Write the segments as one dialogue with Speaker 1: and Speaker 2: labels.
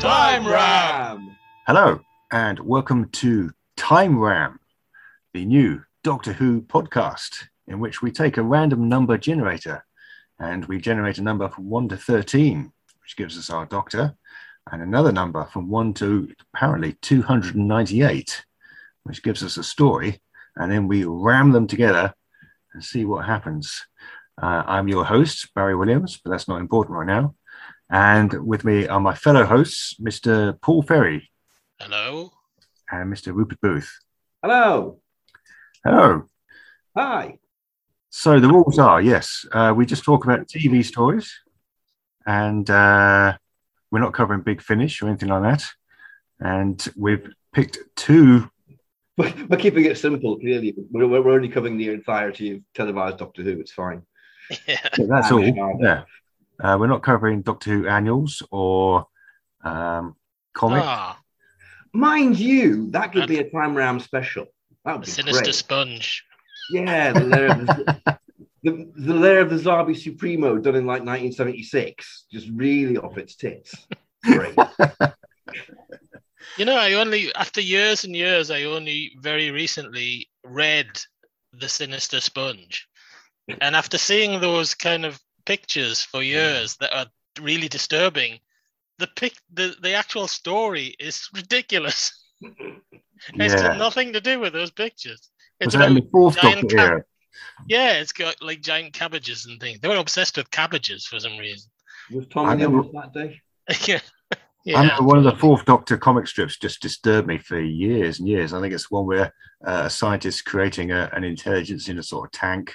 Speaker 1: Time Ram.
Speaker 2: Hello, and welcome to Time Ram, the new Doctor Who podcast, in which we take a random number generator and we generate a number from 1 to 13, which gives us our Doctor, and another number from 1 to apparently 298, which gives us a story, and then we ram them together and see what happens. Uh, I'm your host, Barry Williams, but that's not important right now. And with me are my fellow hosts, Mr. Paul Ferry
Speaker 3: Hello.
Speaker 2: and Mr. Rupert Booth.
Speaker 1: Hello.
Speaker 2: Hello.
Speaker 1: Hi.
Speaker 2: So the rules are yes, uh, we just talk about TV stories, and uh, we're not covering Big Finish or anything like that. And we've picked two.
Speaker 1: We're we're keeping it simple, clearly. We're, we're we're only covering the entirety of televised Doctor Who. It's fine.
Speaker 3: Yeah.
Speaker 2: yeah, That's
Speaker 1: Ah, sure.
Speaker 2: all. Yeah, uh, we're not covering Doctor Who annuals or um, comic.
Speaker 3: Ah,
Speaker 1: Mind you, that could be a Time Ram special. That would
Speaker 3: the
Speaker 1: be
Speaker 3: sinister
Speaker 1: great.
Speaker 3: sponge.
Speaker 1: Yeah, the lair of the, the, the lair of the Zabi Supremo done in like 1976, just really off its tits. Great.
Speaker 3: You know, I only after years and years, I only very recently read the sinister sponge, and after seeing those kind of pictures for years that are really disturbing, the pic, the, the actual story is ridiculous. It's got
Speaker 2: yeah,
Speaker 3: nothing to do with those pictures. It's
Speaker 2: was that in
Speaker 3: about,
Speaker 2: the fourth
Speaker 3: giant
Speaker 2: Doctor
Speaker 3: cat-
Speaker 2: era?
Speaker 3: yeah, it's got like giant cabbages and things. They were obsessed with cabbages for some reason.
Speaker 1: Was Tom
Speaker 2: I
Speaker 1: in the
Speaker 2: remember-
Speaker 1: office that day?
Speaker 3: yeah.
Speaker 2: I
Speaker 3: Yeah.
Speaker 2: remember one of the Fourth Doctor comic strips just disturbed me for years and years. I think it's one where uh, a scientist creating a, an intelligence in a sort of tank,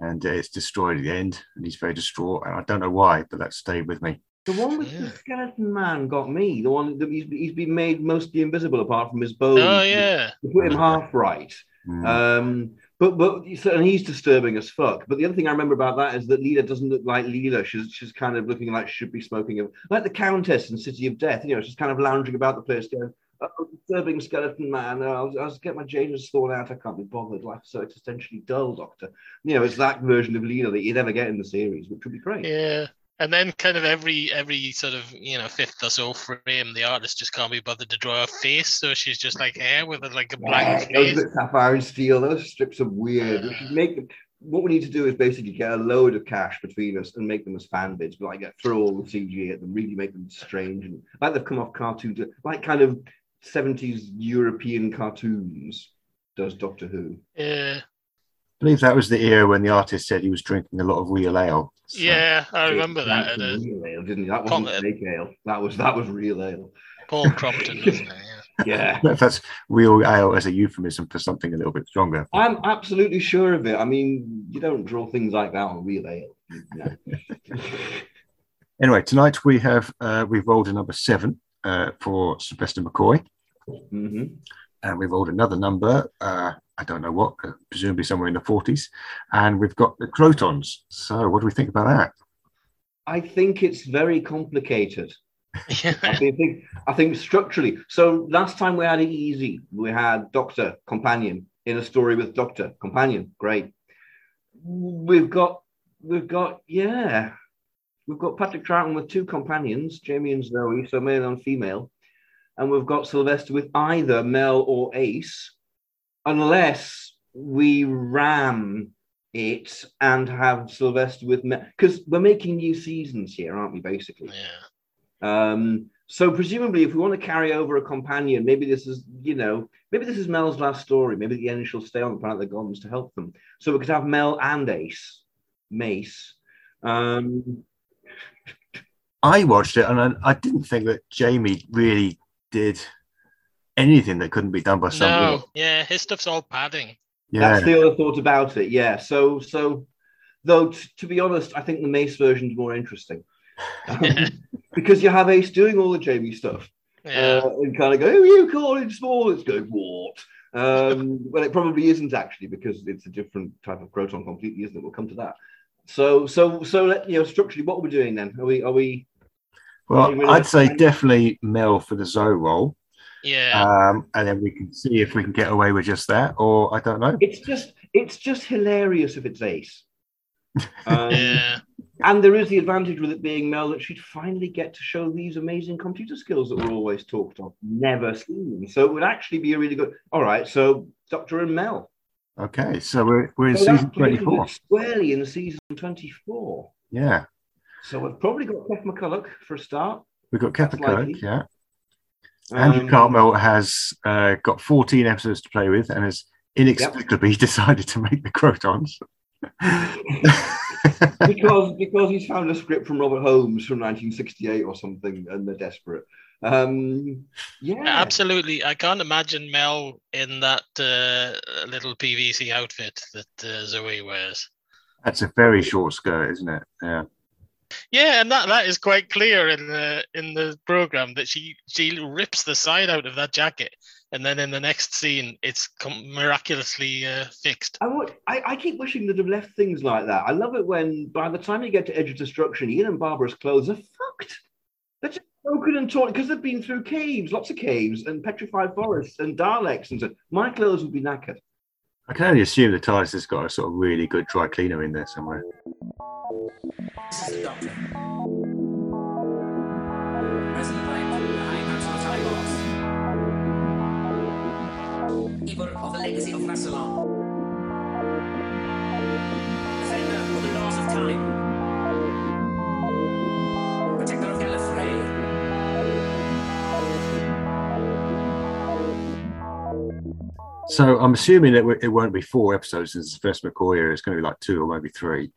Speaker 2: and uh, it's destroyed at the end, and he's very distraught. And I don't know why, but that stayed with me.
Speaker 1: The one with
Speaker 3: Yeah.
Speaker 1: the skeleton man got me. The one that he's, he's been made mostly invisible apart from his bones.
Speaker 3: Oh yeah.
Speaker 1: They put him half right.
Speaker 2: Mm.
Speaker 3: Uh,
Speaker 1: Um, but but so- and he's disturbing as fuck. But the other thing I remember about that is that Leela doesn't look like Leela. She's she's kind of looking like she should be smoking a, like the Countess in City of Death. You know, she's kind of lounging about the place going, oh, disturbing skeleton man. Oh, I'll, I'll just get my Jaden's thorn out. I can't be bothered. Life's so existentially dull, Doctor. You know, it's that version of Leela that you never get in the series, which would be great.
Speaker 3: Yeah. And then kind of every every sort of you know fifth or so frame, the artist just can't be bothered to draw a face, so she's just like hair with a, like a blank
Speaker 1: Yeah, those
Speaker 3: face.
Speaker 1: bits of sapphire and steel, those strips are weird. We should make them. What we need to do is basically get a load of cash between us and make them as fan bids, but like get throw all the CG at them, really make them strange and like they've come off cartoons, like kind of seventies European cartoons. Does Doctor Who?
Speaker 3: Yeah,
Speaker 2: I believe that was the era when the artist said he was drinking a lot of real ale. So,
Speaker 3: yeah, I remember that. uh, at a
Speaker 1: real ale, didn't he? That wasn't
Speaker 3: Prominent.
Speaker 1: fake ale. That was that was real ale.
Speaker 3: Paul Crompton, wasn't it?
Speaker 2: I
Speaker 1: Yeah.
Speaker 2: don't know if that's real ale as a euphemism for something a little bit stronger.
Speaker 1: I'm absolutely sure of it. I mean, you don't draw things like that on real ale. No.
Speaker 2: Anyway, tonight we have uh, we've rolled a number seven uh, for Sylvester McCoy.
Speaker 1: Mhm.
Speaker 2: and we've rolled another number. Uh, I don't know what, uh, presumably somewhere in the 40s. And we've got the crotons. So, what do we think about that?
Speaker 1: I think it's very complicated.
Speaker 3: Yeah.
Speaker 1: I
Speaker 3: yeah.
Speaker 1: think, think- I think structurally. So last time we had it easy. We had Doctor Companion in a story with Doctor Companion. Great. We've got we've got yeah, we've got Patrick Troughton with two companions, Jamie and Zoe, so male and female, and we've got Sylvester with either Mel or Ace, unless we ram it and have Sylvester with Mel because we're making new seasons here, aren't we? Basically. Um, so presumably, if we want to carry over a companion, maybe this is, you know, maybe this is Mel's last story. Maybe at the end she'll stay on the planet of the gods to help them. So we could have Mel and Ace, Mace. Um,
Speaker 2: I watched it and I, I didn't think that Jamie really did anything that couldn't be done by someone.
Speaker 3: No, yeah, his stuff's all padding.
Speaker 2: Yeah.
Speaker 1: That's the other thought about it. Yeah. So, so though, t- to be honest, I think the Mace version's more interesting. Um, because you have Ace doing all the Jamie stuff.
Speaker 3: Yeah,
Speaker 1: uh, and kind of go, who are you calling small? It's going, what? Um, well, it probably isn't actually because it's a different type of croton completely, isn't it? We'll come to that. So, so, so, let, you know, structurally, what are we doing then? Are we, are we,
Speaker 2: Well, I'd say definitely Mel for the Zoe role.
Speaker 3: yeah.
Speaker 2: Um, and then we can see if we can get away with just that, or I don't know.
Speaker 1: it's just, it's just hilarious if it's ace. Um,
Speaker 3: yeah,
Speaker 1: And there is the advantage with it being Mel that she'd finally get to show these amazing computer skills that were always talked of, never seen. So it would actually be a really good. All right, so Doctor and Mel.
Speaker 2: Okay, so we're, we're in
Speaker 1: So
Speaker 2: season
Speaker 1: that's really
Speaker 2: 24.
Speaker 1: Squarely in season 24.
Speaker 2: Yeah,
Speaker 1: So we've probably got Kev McCulloch for a start.
Speaker 2: we've got Kepper
Speaker 1: That's likely.
Speaker 2: Kirk, yeah. Andrew
Speaker 1: Um,
Speaker 2: Cartmel has uh, got 14 episodes to play with and has inexplicably decided to make the Crotons.
Speaker 1: because because he's found a script from Robert Holmes from 1968 or something, and they're desperate. Um, yeah,
Speaker 3: Absolutely, I can't imagine Mel in that uh, little PVC outfit that uh, Zoe wears.
Speaker 2: That's a very short skirt, isn't it? Yeah.
Speaker 3: Yeah, and that, that is quite clear in the in the program that she she rips the side out of that jacket, and then in the next scene, it's com- miraculously uh, fixed.
Speaker 1: I, want, I, I keep wishing they'd have left things like that. I love it when by the time you get to Edge of Destruction, Ian and Barbara's clothes are fucked. They're just broken and torn because they've been through caves, lots of caves, and petrified forests and Daleks and so. My clothes would be knackered.
Speaker 2: I can only assume the TARDIS has got a sort of really good dry cleaner in there somewhere.
Speaker 4: Present by Oppenheim and Tartaros. Keeper of the legacy of Rassilon. Defender of the laws of time. Protector of Gallifrey.
Speaker 2: So I'm assuming that it won't be four episodes since the first McCoy era. It's going to be like two or maybe three.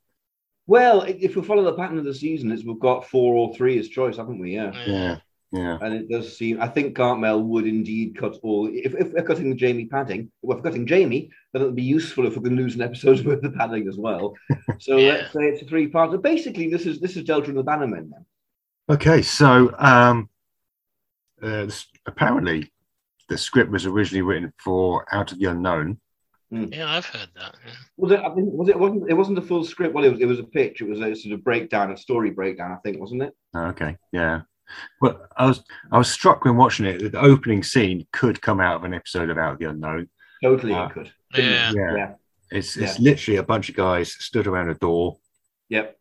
Speaker 1: Well, i- if we follow the pattern of the season, it's we've got four or three as choice, haven't we?
Speaker 3: Uh,
Speaker 1: Yeah.
Speaker 2: Yeah. Yeah.
Speaker 1: And it does seem, I think Cartmel would indeed cut all. If, if we're cutting the Jamie padding, well, if we're cutting Jamie, then it'll be useful if we can lose an episode's worth of padding as well. So
Speaker 3: Yeah.
Speaker 1: let's say it's a three part. Basically, this is this is Delta and the Bannermen then.
Speaker 2: Okay. So um, uh, this- apparently, the script was originally written for Out of the Unknown.
Speaker 3: Yeah, I've heard that. yeah.
Speaker 1: Was it? I think was it wasn't it wasn't a full script. Well, it was it was a pitch. It was a sort of breakdown, a story breakdown. I think wasn't it?
Speaker 2: Oh, Okay. Yeah. But I was I was struck when watching it that the opening scene could come out of an episode of Out of the Unknown.
Speaker 1: Totally,
Speaker 2: Ah.
Speaker 1: it could. didn't it?
Speaker 3: Yeah,
Speaker 1: Yeah.
Speaker 2: It's it's literally a bunch of guys stood around a door
Speaker 1: Yep.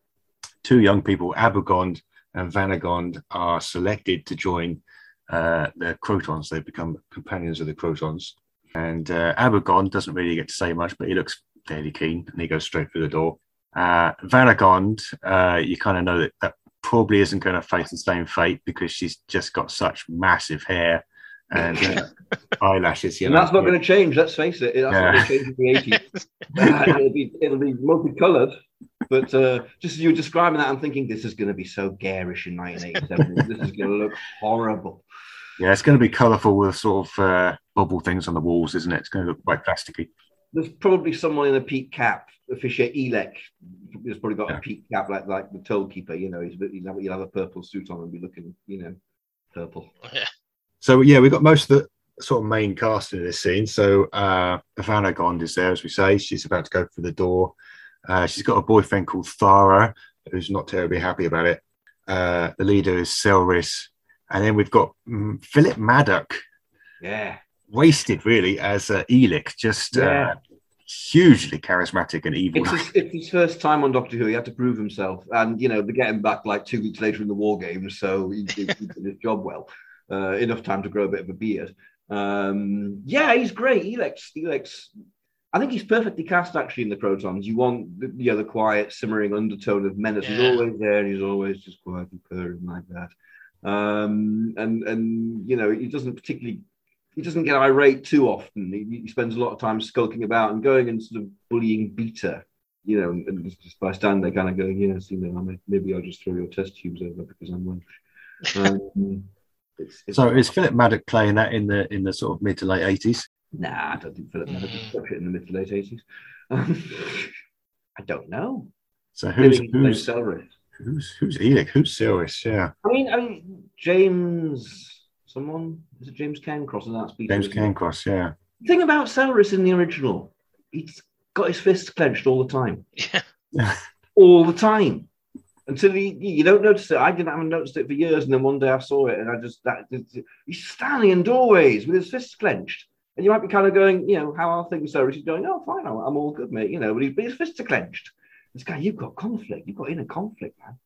Speaker 2: two young people, Abogond and Vanagond, are selected to join uh, the Crotons. They become companions of the Crotons. And uh, Abogond doesn't really get to say much, but he looks fairly keen and he goes straight through the door. Uh, Vanagond, uh, you kind of know that, that probably isn't going to face the same fate because she's just got such massive hair and uh, eyelashes. You
Speaker 1: and
Speaker 2: know.
Speaker 1: that's not going to change. Let's face it. That's not going to change in the eighties. Uh, it'll be it'll be multicolored. But uh, just as you were describing that, I'm thinking this is going to be so garish in 1987. this is going to look horrible.
Speaker 2: Yeah, it's going to be colourful with sort of uh, bubble things on the walls, isn't it? It's going to look quite plasticky.
Speaker 1: There's probably someone in a peak cap, a Fisher Elec. He's probably got
Speaker 2: Yeah.
Speaker 1: a peak cap like like the toll keeper. You know, he's, he'll, have, he'll have a purple suit on and be looking, you know, purple.
Speaker 3: yeah.
Speaker 2: So yeah, we've got most of the sort of main cast in this scene. So uh Vanagond is there, as we say. She's about to go through the door. Uh, she's got a boyfriend called Thara, who's not terribly happy about it. Uh, the leader is Selris. And then we've got mm, Philip Maddock,
Speaker 1: Yeah.
Speaker 2: wasted really as uh, Elick, just
Speaker 1: Yeah.
Speaker 2: uh, hugely charismatic and evil.
Speaker 1: It's his, it's his first time on Doctor Who. He had to prove himself, and you know they get him back like two weeks later in the War Games, so he, he, he did his job well. Uh, enough time to grow a bit of a beard. Um, yeah, he's great. Elex, Elex. I think he's perfectly cast actually in the Crotons. You want the, you know, the quiet, simmering undertone of menace. He's
Speaker 3: Yeah.
Speaker 1: always there, and he's always just quiet and purring like that. Um, and and you know he doesn't particularly he doesn't get irate too often. He, he spends a lot of time skulking about and going and sort of bullying Beta, you know, and just, just by standing there kind of going, yes, you know, I may, maybe I'll just throw your test tubes over because I'm Welsh. Um, it's, it's,
Speaker 2: so is Philip Maddock playing that in the in the sort of mid to late eighties?
Speaker 1: nah, I don't think Philip Maddock
Speaker 3: Mhm.
Speaker 1: mm it in the mid to late 80s. Um, I don't know.
Speaker 2: So who's
Speaker 1: Maybe he played
Speaker 2: who's
Speaker 1: Celery.
Speaker 2: who's who's Elick? Who's Selris? Yeah.
Speaker 1: I mean, I mean, James, someone, is it James Cancross? And that's Beta,
Speaker 2: James
Speaker 1: isn't it?
Speaker 2: Cancross, yeah.
Speaker 1: The thing about Celeris in the original, he's got his fists clenched all the time.
Speaker 3: yeah.
Speaker 1: all the time until he, you don't notice it. I didn't haven't noticed it for years, and then one day I saw it, and I just that he's standing in doorways with his fists clenched, and you might be kind of going, you know, how are things, sir? He's going, oh, fine, I'm I'm all good, mate, you know, but, he, but his fists are clenched. This guy, you've got conflict. You've got inner conflict, man.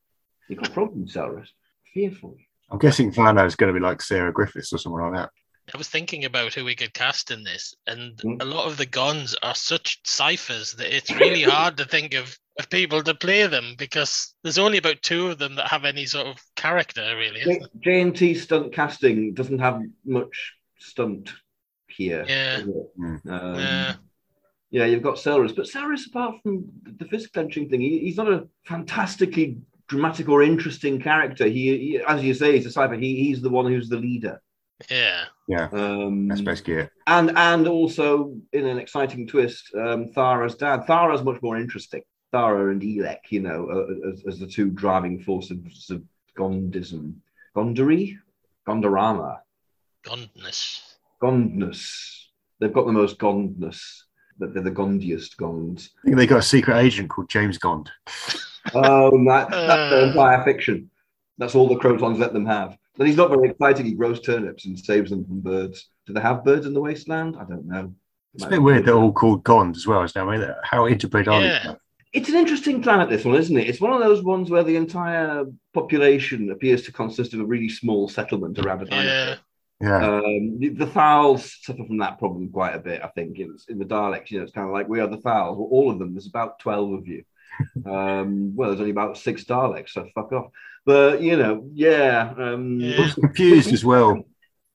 Speaker 1: You've got problems, Cyrus. Fearful.
Speaker 2: I'm guessing Fano is going to be like Sarah Griffiths or someone like that.
Speaker 3: I was thinking about who we could cast in this, and
Speaker 1: Mm.
Speaker 3: a lot of the guns are such ciphers that it's really hard to think of, of people to play them because there's only about two of them that have any sort of character, really. Isn't
Speaker 1: J and T stunt casting doesn't have much stunt here.
Speaker 3: Yeah.
Speaker 1: does it?
Speaker 2: Mm.
Speaker 1: Um,
Speaker 3: there? Yeah.
Speaker 1: Yeah, you've got Cyrus, but Cyrus, apart from the fist clenching thing, he, he's not a fantastically dramatic or interesting character. He, he- as you say, he's a cipher. He, he's the one who's the leader.
Speaker 3: yeah.
Speaker 1: Um,
Speaker 2: That's basically it.
Speaker 1: and and also in an exciting twist, um, Thara's dad. Thara's much more interesting. Thara and Elek, you know, uh, as, as the two driving forces of Gondism, Gondari, Gondorama.
Speaker 3: Gondness.
Speaker 1: Gondness. They've got the most Gondness. That they're the Gondiest Gonds.
Speaker 2: I think they got a secret agent called James Gond.
Speaker 1: Um, that, that's their
Speaker 3: Uh.
Speaker 1: entire fiction. That's all the Crotons let them have. And he's not very exciting. He grows turnips and saves them from birds. Do they have birds in the wasteland? I don't know.
Speaker 2: It's a bit weird they're all called Gond as well, isn't it? I mean, how interbred are
Speaker 3: Yeah.
Speaker 2: they?
Speaker 1: It's an interesting planet, this one, isn't it? It's one of those ones where the entire population appears to consist of a really small settlement around a dinosaur.
Speaker 3: Yeah.
Speaker 2: Yeah.
Speaker 1: Um, the, the Thals suffer from that problem quite a bit, I think. In, in the Daleks, you know, it's kind of like we are the Thals, well, all of them. There's about twelve of you. Um, well, there's only about six Daleks, so fuck off. But you know, yeah, um,
Speaker 2: I
Speaker 3: Yeah.
Speaker 2: was confused as well.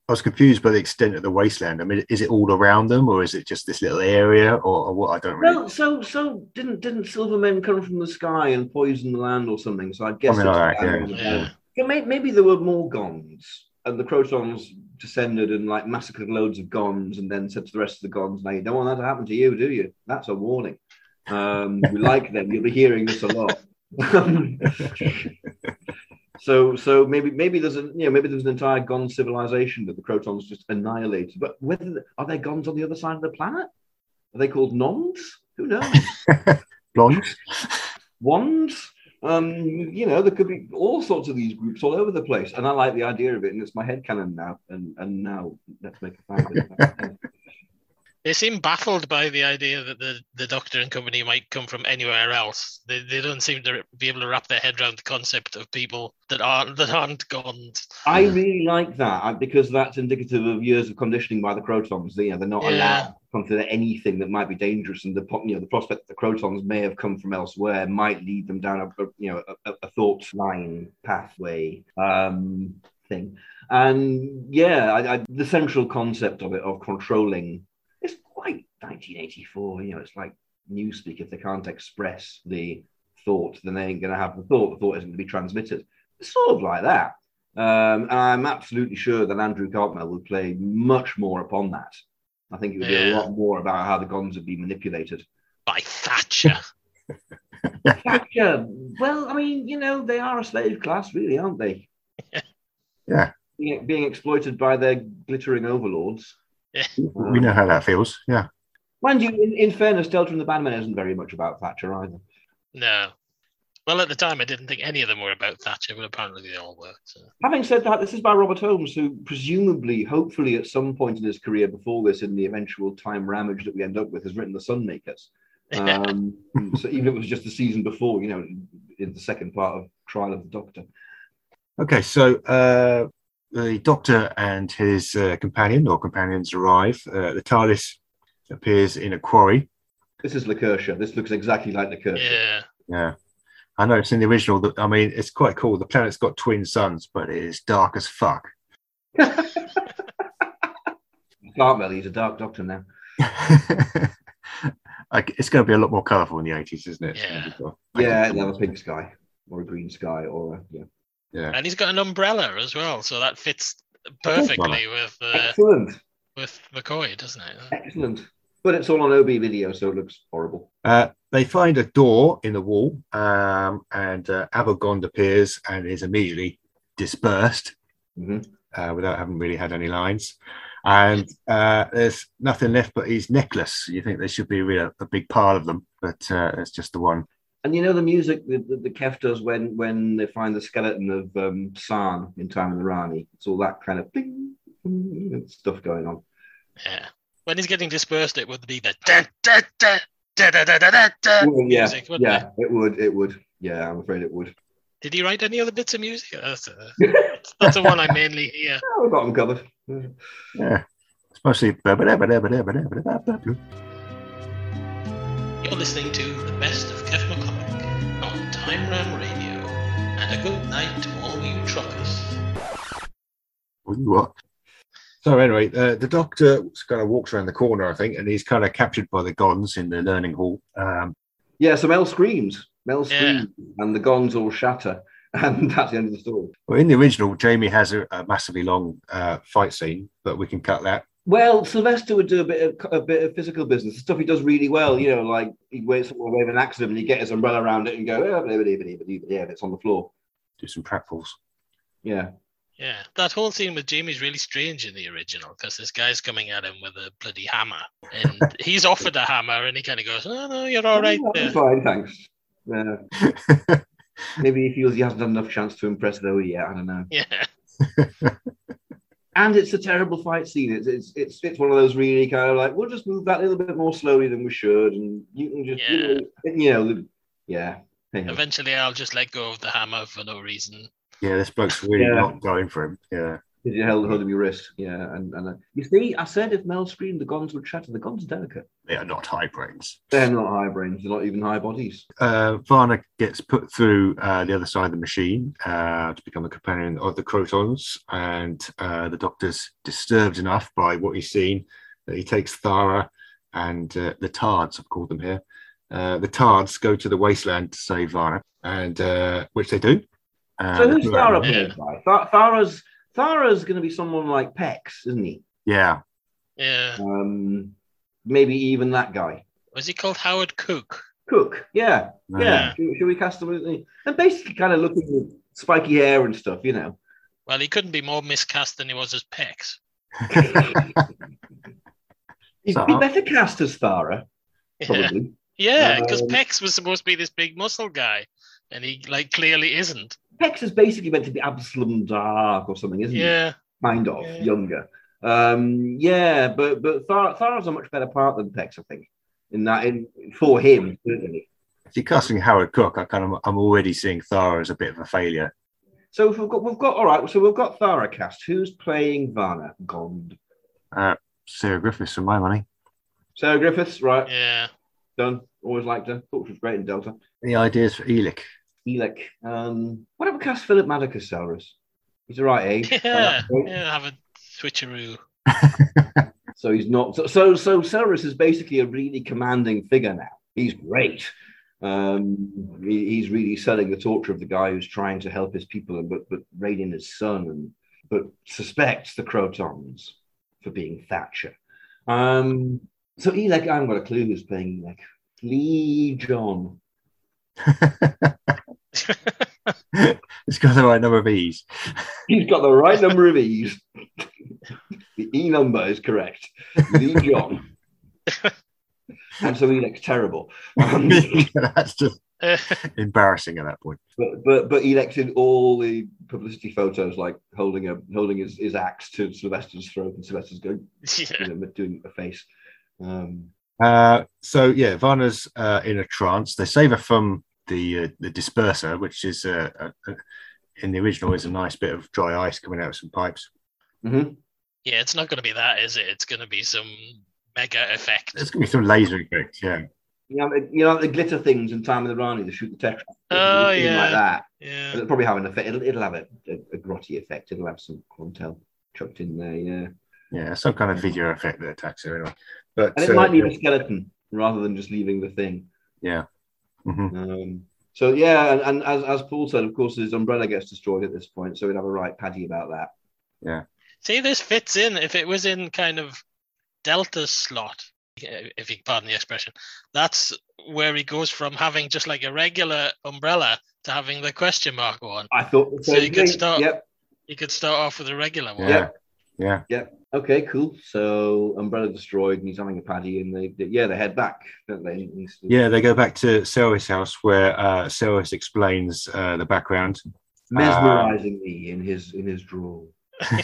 Speaker 2: I was confused by the extent of the wasteland. I mean, is it all around them, or is it just this little area, or, or what? I don't really.
Speaker 1: Well, so so didn't didn't Silvermen come from the sky and poison the land or something? So I guess
Speaker 2: Something
Speaker 1: it's
Speaker 2: like that,
Speaker 1: down
Speaker 2: yeah.
Speaker 1: on the
Speaker 3: Yeah.
Speaker 1: planet. Yeah, may- maybe there were more Gons, and the Crotons descended and like massacred loads of Gons, and then said to the rest of the Gons, "Now you don't want that to happen to you, do you? That's a warning. Um, we like them. You'll be hearing this a lot." so so maybe maybe there's a you know maybe there's an entire Gon civilization that the Crotons just annihilated. But whether are there Gons on the other side of the planet? Are they called Nons? Who knows?
Speaker 2: Blondes?
Speaker 1: wands. Um, you know, there could be all sorts of these groups all over the place, and I like the idea of it, and it's my head canon now. And and now let's make a fan of it.
Speaker 3: They seem baffled by the idea that the, the Doctor and company might come from anywhere else. They, they don't seem to be able to wrap their head around the concept of people that aren't that aren't Gond.
Speaker 1: I really like that I- because that's indicative of years of conditioning by the Crotons. You know, they're not
Speaker 3: Yeah.
Speaker 1: allowed to consider anything that might be dangerous, and the po- you know the prospect that the Crotons may have come from elsewhere might lead them down a a- you know a, a- a thought line pathway um, thing. And yeah, I, I, the central concept of it of controlling it's quite 1984. You know, it's like Newspeak if they can't express the thought, then they ain't going to have the thought. The thought isn't going to be transmitted. It's sort of like that. Um, and I'm absolutely sure that Andrew Cartmel would play much more upon that. I think it would be a
Speaker 3: Yeah.
Speaker 1: lot more about how the guns would be manipulated.
Speaker 3: By Thatcher.
Speaker 1: Thatcher, well, I mean, you know, they are a slave class, really, aren't they?
Speaker 2: Yeah.
Speaker 1: Being, being exploited by their glittering overlords.
Speaker 3: Yeah.
Speaker 2: We know how that feels. Yeah.
Speaker 1: Mind you, in, in fairness, Delta and the Bandmen isn't very much about Thatcher either.
Speaker 3: no. Well, at the time, I didn't think any of them were about Thatcher, but apparently they all were. So.
Speaker 1: Having said that, this is by Robert Holmes, who presumably, hopefully, at some point in his career before this, in the eventual time ramage that we end up with, has written The Sunmakers. Um, so even if it was just the season before, you know, in the second part of Trial of the Doctor.
Speaker 2: Okay, so uh, the Doctor and his uh, companion or companions arrive. Uh, the TARDIS appears in a quarry.
Speaker 1: This is Lacertia. This looks exactly like Lacertia.
Speaker 3: yeah.
Speaker 2: Yeah. I know it's in the original. That, I mean, it's quite cool. The planet's got twin suns, but it is dark as fuck.
Speaker 1: Cartmel, he's a dark doctor now.
Speaker 2: Like, it's going to be a lot more colourful in the 80s, isn't it?
Speaker 3: Yeah.
Speaker 1: Yeah, he'll have a pink sky or a green sky or a, yeah.
Speaker 2: Yeah.
Speaker 3: And he's got an umbrella as well, so that fits perfectly with uh,
Speaker 1: Excellent.
Speaker 3: with McCoy, doesn't it?
Speaker 1: Excellent. But it's all on OB video, so it looks horrible.
Speaker 2: Uh, they find a door in the wall, um, and uh, Abogond appears and is immediately dispersed
Speaker 1: hmm
Speaker 2: uh, without having really had any lines. And uh, there's nothing left but his necklace. You think there should be a, real- a big pile of them, but uh, it's just the one.
Speaker 1: And you know the music that the, the Kef does when when they find the skeleton of um, San in Time of the Rani. It's all that kind of bing, bing, stuff going on.
Speaker 3: Yeah. When he's getting dispersed, it would be the da, da, da, da da da da da da
Speaker 1: Well, yeah,
Speaker 3: music, wouldn't
Speaker 1: yeah, it would, it would. Yeah, I'm afraid it would.
Speaker 3: Did he write any other bits of music? That's, uh, that's- that's the one I mainly hear.
Speaker 1: Oh, I've got them covered.
Speaker 2: Yeah. It's mostly. That's
Speaker 3: You're listening to the best of Kevin O'Connor on Time Ram Radio, and a good night to all you truckers.
Speaker 2: what? So anyway, uh, the doctor kind of walks around the corner, I think, and he's kind of captured by the gons in the learning hall. Um,
Speaker 1: Yeah, so Mel screams. Mel
Speaker 3: Yeah.
Speaker 1: screams, and the gongs all shatter, and that's the end of the story.
Speaker 2: well, in the original, Jamie has a, a massively long uh, fight scene, but we can cut that.
Speaker 1: Well, Sylvester would do a bit of a bit of physical business, stuff he does really well. You know, like he waits for wave an accident and he get his umbrella around it and go, "Oh, blah, blah, blah, blah, blah," yeah, it's on the floor.
Speaker 2: Do some pratfalls.
Speaker 1: Yeah,
Speaker 3: Yeah, that whole scene with Jamie's really strange in the original because this guy's coming at him with a bloody hammer, and he's offered a hammer, and he kind of goes, "No, no, you're all right
Speaker 1: Oh,
Speaker 3: there."
Speaker 1: that's fine, thanks. Yeah. Maybe he feels he hasn't had enough chance to impress though yet. I don't know.
Speaker 3: Yeah,
Speaker 1: And it's a terrible fight scene. It's it's it's, it's one of those really kind of like we'll just move that a little bit more slowly than we should, and you can just you know, you know the- yeah. Hey, hey.
Speaker 3: eventually I'll just let go of the hammer for no reason.
Speaker 2: Yeah, this bloke's really
Speaker 1: Yeah.
Speaker 2: not going for him. Yeah.
Speaker 1: Because you held hold of your wrist, yeah, and and uh, you see, I said if Mel screamed, the guns would shatter. The guns are delicate.
Speaker 2: They are not high brains.
Speaker 1: They're not high brains. They're not even high bodies.
Speaker 2: Uh, Varna gets put through uh, the other side of the machine uh, to become a companion of the Crotons, and uh, the Doctor's disturbed enough by what he's seen that he takes Thara and uh, the Tards, I've called them here. Uh, the Tards go to the wasteland to save Varna, and uh, which they do. Uh, And
Speaker 1: so who's Thara
Speaker 3: Yeah.
Speaker 1: played by? Tha- Thara's Thara's going to be someone like Pex, isn't he?
Speaker 2: Yeah,
Speaker 3: Yeah,
Speaker 1: Um, maybe even that guy,
Speaker 3: was he called Howard Cook?
Speaker 1: Cook. Yeah,
Speaker 2: Uh,
Speaker 1: yeah. Should, should we cast them? as- And basically, kind of looking with spiky hair and stuff, you know.
Speaker 3: Well, he couldn't be more miscast than he was as Pex.
Speaker 1: He'd
Speaker 2: So-
Speaker 1: be better cast as Thara,
Speaker 3: Yeah,
Speaker 1: probably.
Speaker 3: yeah, because
Speaker 1: Um,
Speaker 3: Pex was supposed to be this big muscle guy, and he like clearly isn't.
Speaker 1: Pex is basically meant to be Absalom Dark or something, isn't he?
Speaker 3: Yeah,
Speaker 1: kind of
Speaker 3: Yeah.
Speaker 1: younger. Um, yeah, but but Thar- Thar's a much better part than Pex, I think, in that in for him certainly.
Speaker 2: If you're casting Howard Cook, I kind of I'm already seeing Thara as a bit of a failure.
Speaker 1: So if we've got we've got all right. So we've got Thara cast. Who's playing Varna? Gond.
Speaker 2: Sarah Griffiths, for my money.
Speaker 1: Sarah Griffiths, right?
Speaker 3: yeah.
Speaker 1: Done. Always liked her. Thought she was great in Delta.
Speaker 2: Any ideas for Elick?
Speaker 1: Elick. Um, what about we cast Philip Madacasaurus? He's the right age. by
Speaker 3: Yeah,
Speaker 1: that point.
Speaker 3: yeah, have a switcheroo.
Speaker 1: So he's not. So so so Cerberus is basically a really commanding figure now. He's great. Um, he- he's really selling the torture of the guy who's trying to help his people, and but but raiding his son, and but suspects the Crotons for being Thatcher. Um, so Elec, I haven't got a clue who's playing Elec. Lee John.
Speaker 2: It's got the right number of E's.
Speaker 1: He's got the right number of E's. the E number is correct. Lee John. and so Elec's terrible. Um,
Speaker 2: That's just
Speaker 3: Uh,
Speaker 2: embarrassing at that point.
Speaker 1: but but but he elected all the publicity photos like holding a holding his, his axe to Sylvester's throat and Sylvester's going
Speaker 3: yeah.
Speaker 1: you know, doing a face. Um,
Speaker 2: Uh, so yeah, Varna's uh, in a trance. They save her from the uh, the disperser, which is uh, uh, uh, in the original is a nice bit of dry ice coming out of some pipes.
Speaker 1: mhm.
Speaker 3: Yeah, it's not going to be that, is it? It's going to be some mega effect.
Speaker 2: It's gonna be some laser effect. Yeah,
Speaker 1: You know, the- you know the glitter things in Time of the Rani, they shoot the tetra.
Speaker 3: Oh,
Speaker 1: Something
Speaker 3: yeah.
Speaker 1: like that.
Speaker 3: Yeah,
Speaker 1: It'll probably have an effect. It'll, it'll have a, a, a grotty effect. It'll have some quantel chucked in there, yeah.
Speaker 2: yeah, some kind of video effect that attacks her anyway. But
Speaker 1: And it
Speaker 2: uh,
Speaker 1: might leave a skeleton rather than just leaving the thing.
Speaker 2: yeah. Mhm.
Speaker 1: Um, so yeah, and, and as, as Paul said, of course, his umbrella gets destroyed at this point, so we'd have a right paddy about that.
Speaker 3: see, this fits in. If it was in kind of Delta's slot, eh, if you pardon the expression, that's where he goes from having just like a regular umbrella to having the question mark one.
Speaker 1: I thought the
Speaker 3: So
Speaker 1: same
Speaker 3: you could
Speaker 1: thing.
Speaker 3: start-
Speaker 1: Yep.
Speaker 3: He could start off with a regular one.
Speaker 2: yeah, yeah.
Speaker 1: Okay, cool. So Umbrella destroyed, and he's having a paddy, and they, they- yeah they head back, don't they? And it's-
Speaker 2: Yeah, they go back to Sarah's house where uh, Sarah explains uh, the background.
Speaker 1: mesmerizing
Speaker 2: Ah.
Speaker 1: me in his in his drawl. Those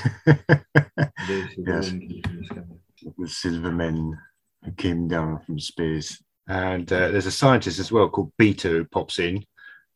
Speaker 1: who
Speaker 2: Yes.
Speaker 1: learn to understand.
Speaker 2: With silver men who came down from space And uh, there's a scientist as well called Beta who pops in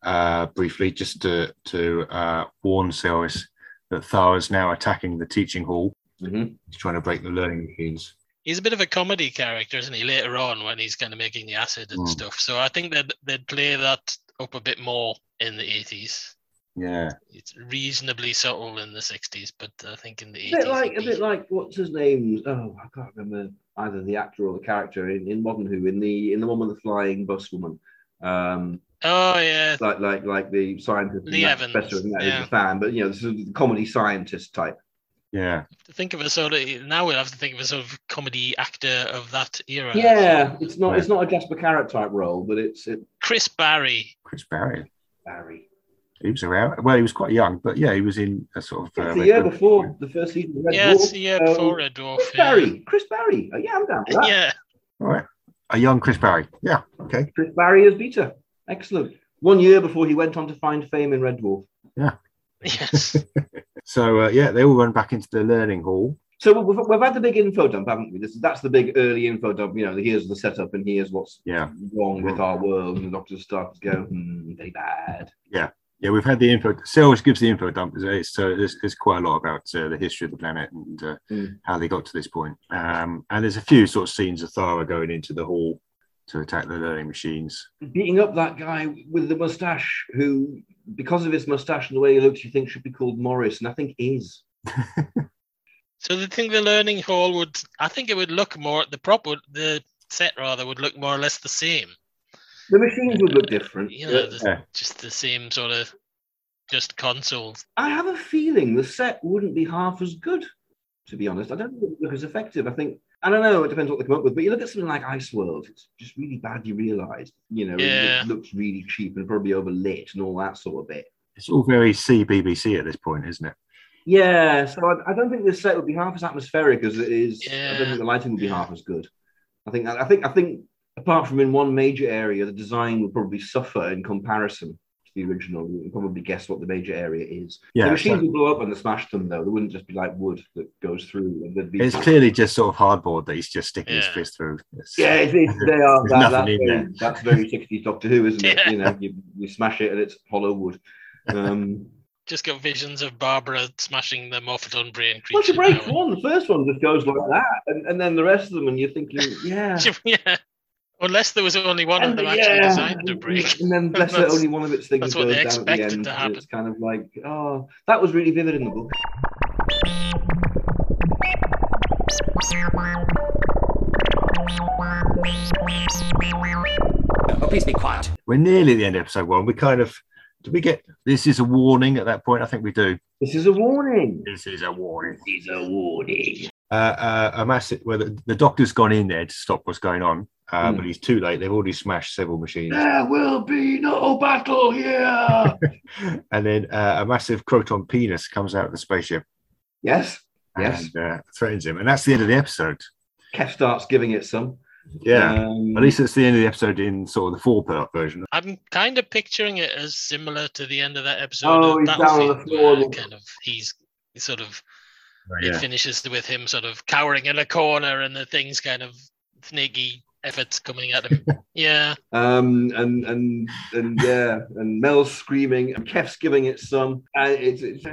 Speaker 2: uh, briefly just to, to uh, warn Cyrus that Thara's now attacking the teaching hall.
Speaker 1: Mhm.
Speaker 2: He's trying to break the learning machines.
Speaker 3: He's a bit of a comedy character, isn't he? Later on, when he's kind of making the acid and
Speaker 2: Mm.
Speaker 3: stuff. So I think that they'd play that up a bit more in the eighties.
Speaker 2: Yeah.
Speaker 3: It's reasonably subtle in the sixties, but I think in the
Speaker 1: A
Speaker 3: eighties,
Speaker 1: bit like a bit like what's his name? Oh, I can't remember either the actor or the character in, in Modern Who in the in the one with the flying bus woman. Um,
Speaker 3: oh yeah,
Speaker 1: like like like the scientist, and
Speaker 3: Lee
Speaker 1: that
Speaker 3: Evans,
Speaker 1: professor, and that is
Speaker 3: yeah.
Speaker 1: a fan, but you know, this is the comedy scientist type.
Speaker 2: Yeah.
Speaker 3: to think of a sort of now we'll have to think of a sort of comedy actor of that era.
Speaker 1: Yeah, it's not
Speaker 2: Right.
Speaker 1: it's not a Jasper Carrot type role, but it's it,
Speaker 3: Chris Barry.
Speaker 2: Chris Barry.
Speaker 1: Barry.
Speaker 2: He was around. Well, he was quite young, but yeah, he was in a sort of. uh,
Speaker 1: It's
Speaker 2: Red
Speaker 1: the year
Speaker 2: Room.
Speaker 1: before the first season. of Red
Speaker 3: yeah, it's
Speaker 1: Dwarf,
Speaker 3: the year
Speaker 1: so-
Speaker 3: before Red Dwarf.
Speaker 1: Chris
Speaker 3: yeah.
Speaker 1: Barry. Chris Barry. Oh, yeah, I'm down for that.
Speaker 3: yeah.
Speaker 2: All right. A young Chris Barry. Yeah. Okay.
Speaker 1: Chris Barry as Beta. Excellent. One year before he went on to find fame in Red Dwarf.
Speaker 3: Yes.
Speaker 2: So uh, yeah, they all run back into the learning hall.
Speaker 1: So we've, we've had the big info dump, haven't we? This, that's the big early info dump. You know, here's the setup and here's what's
Speaker 2: Yeah.
Speaker 1: wrong with our world. And the doctor starts to go, hmm, very bad.
Speaker 2: Yeah, we've had the info. Sales gives the info dump. So it's, so there's, there's quite a lot about uh, the history of the planet and uh,
Speaker 1: Mm.
Speaker 2: how they got to this point. Um, and there's a few sort of scenes of Thara going into the hall to attack the learning machines.
Speaker 1: Beating up that guy with the mustache who, because of his mustache and the way he looks, you think should be called Morris, and I think is.
Speaker 3: so the thing, the learning hall would, I think it would look more the prop would the set rather would look more or less the same.
Speaker 1: The machines would look different.
Speaker 3: You know, the,
Speaker 2: Yeah.
Speaker 3: just the same sort of just consoles.
Speaker 1: I have a feeling the set wouldn't be half as good, to be honest. I don't think it would look as effective. I think, I don't know, it depends what they come up with, but you look at something like Ice World, it's just really badly realized. You know, it-
Speaker 3: Yeah.
Speaker 1: it looks really cheap and probably overlit and all that sort of bit.
Speaker 2: It's all very CBBC at this point, isn't it?
Speaker 1: Yeah, so I, I don't think this set would be half as atmospheric as it is. I
Speaker 3: Yeah.
Speaker 1: don't think the lighting would be
Speaker 3: Yeah.
Speaker 1: half as good. I think, I think, I think, apart from in one major area, the design would probably suffer in comparison to the original. You can probably guess what the major area is. the
Speaker 2: Yeah.
Speaker 1: machines
Speaker 2: so
Speaker 1: would blow up when they smashed them, though. They wouldn't just be like wood that goes through. And they'd be,
Speaker 2: it's clearly just sort of hardboard that he's just sticking his
Speaker 3: Yeah.
Speaker 2: fist through. It's-
Speaker 1: Yeah, it's, it's, they are. That,
Speaker 2: There's
Speaker 1: that's,
Speaker 2: nothing
Speaker 1: very,
Speaker 2: in there.
Speaker 1: that's very 60s Doctor Who, isn't it?
Speaker 3: Yeah.
Speaker 1: You know, you, you smash it and it's hollow wood. Um,
Speaker 3: Just got visions of Barbara smashing the Morphodon brain creature.
Speaker 1: once you break
Speaker 3: now.
Speaker 1: one, the first one just goes like that, and, and then the rest of them, and you're thinking, yeah.
Speaker 3: yeah. Unless there was only one of
Speaker 1: And
Speaker 3: them
Speaker 1: the-
Speaker 3: actually
Speaker 1: yeah,
Speaker 3: designed to break.
Speaker 1: And then bless it,
Speaker 3: That's-
Speaker 1: only one of its things
Speaker 3: that's
Speaker 1: goes
Speaker 3: what they
Speaker 1: down at the
Speaker 3: expected
Speaker 1: end.
Speaker 3: to
Speaker 1: and
Speaker 3: happen.
Speaker 1: It's kind of like, oh, that was really vivid in the book.
Speaker 4: Oh, please be quiet.
Speaker 2: We're nearly at the end of episode one. We kind of. Do we get this is a warning at that point? I think we do.
Speaker 1: This is a warning.
Speaker 2: This is a warning.
Speaker 1: This is a warning.
Speaker 2: uh, uh, a massive where the, the doctor's gone in there to stop what's going on, uh,
Speaker 1: Hmm.
Speaker 2: but he's too late. They've already smashed several machines,
Speaker 1: There will be no battle here.
Speaker 2: and then uh, a massive croton penis comes out of the spaceship
Speaker 1: yes. Yes.
Speaker 2: and uh, threatens him, and that's the end of the episode.
Speaker 1: Kev starts giving it some.
Speaker 2: Yeah,
Speaker 1: Um,
Speaker 2: at least it's the end of the episode in sort of the four part version.
Speaker 3: I'm kind of picturing it as similar to the end of that episode.
Speaker 1: Oh,
Speaker 3: of
Speaker 1: he's down on the
Speaker 3: Battlefield,
Speaker 1: floor.
Speaker 3: where Kind of, he's he sort of it
Speaker 2: Yeah,
Speaker 3: finishes with him sort of cowering in a corner and the things kind of snaky efforts coming at him. yeah.
Speaker 1: um, and and and yeah, and Mel's screaming, and Kef's giving it some, and it's, it's a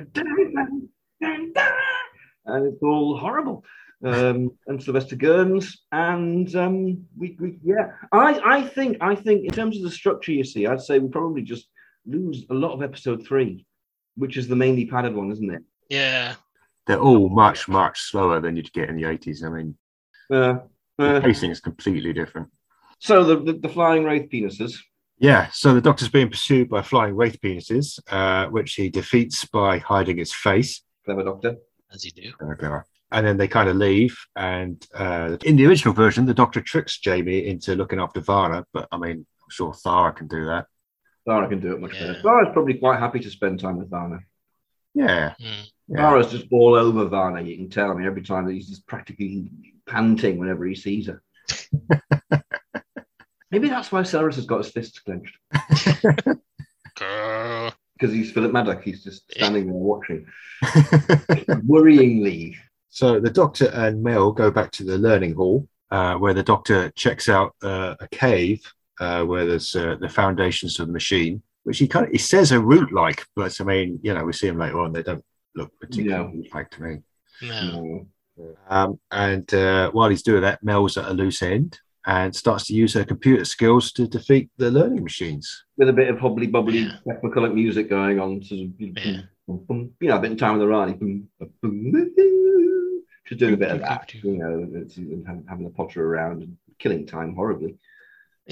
Speaker 1: and it's all horrible. Um, and Sylvester Gerns, and um, we, we yeah, I I think I think in terms of the structure, you see, I'd say we probably just lose a lot of episode three, which is the mainly padded one, isn't it?
Speaker 3: Yeah.
Speaker 2: they're all much much slower than you'd get in the eighties. I mean,
Speaker 1: Uh,
Speaker 2: the
Speaker 1: uh,
Speaker 2: pacing is completely different.
Speaker 1: so the, the the flying wraith penises.
Speaker 2: Yeah, so the doctor's being pursued by flying wraith penises, uh, which he defeats by hiding his face.
Speaker 1: Clever doctor.
Speaker 3: As you do.
Speaker 2: Very clever. And then they kind of leave. And uh, in the original version, the Doctor tricks Jamie into looking after Varna. But I mean, I'm sure Thara can do that.
Speaker 1: Thara can do it much
Speaker 3: Yeah.
Speaker 1: better. Thara's probably quite happy to spend time with Varna.
Speaker 2: Yeah.
Speaker 3: Hmm.
Speaker 2: yeah.
Speaker 1: Tara's just all over Varna. You can tell. I mean, every time he's just practically panting whenever he sees her. Maybe that's why Cyrus has got his fists clenched
Speaker 3: Grrr.
Speaker 1: because he's Philip Maddock. He's just standing there watching worryingly.
Speaker 2: so the Doctor and Mel go back to the learning hall uh, where the doctor checks out uh, a cave uh, where there's uh, the foundations of the machine, which he kind of he says are root like, but I mean, you know, we see them later on; they don't look particularly like to me.
Speaker 3: No.
Speaker 2: Um, and uh, while he's doing that, Mel's at a loose end and starts to use her computer skills to defeat the learning machines.
Speaker 1: With a bit of hobbly bubbly
Speaker 3: Yeah.
Speaker 1: technical music going on, sort of,
Speaker 3: Yeah.
Speaker 1: boom, boom, you know, a bit in time with the Rani. boom, boom, boom, boom. Just doing a bit of that, you know, it's, and having- having a potter around and killing time horribly.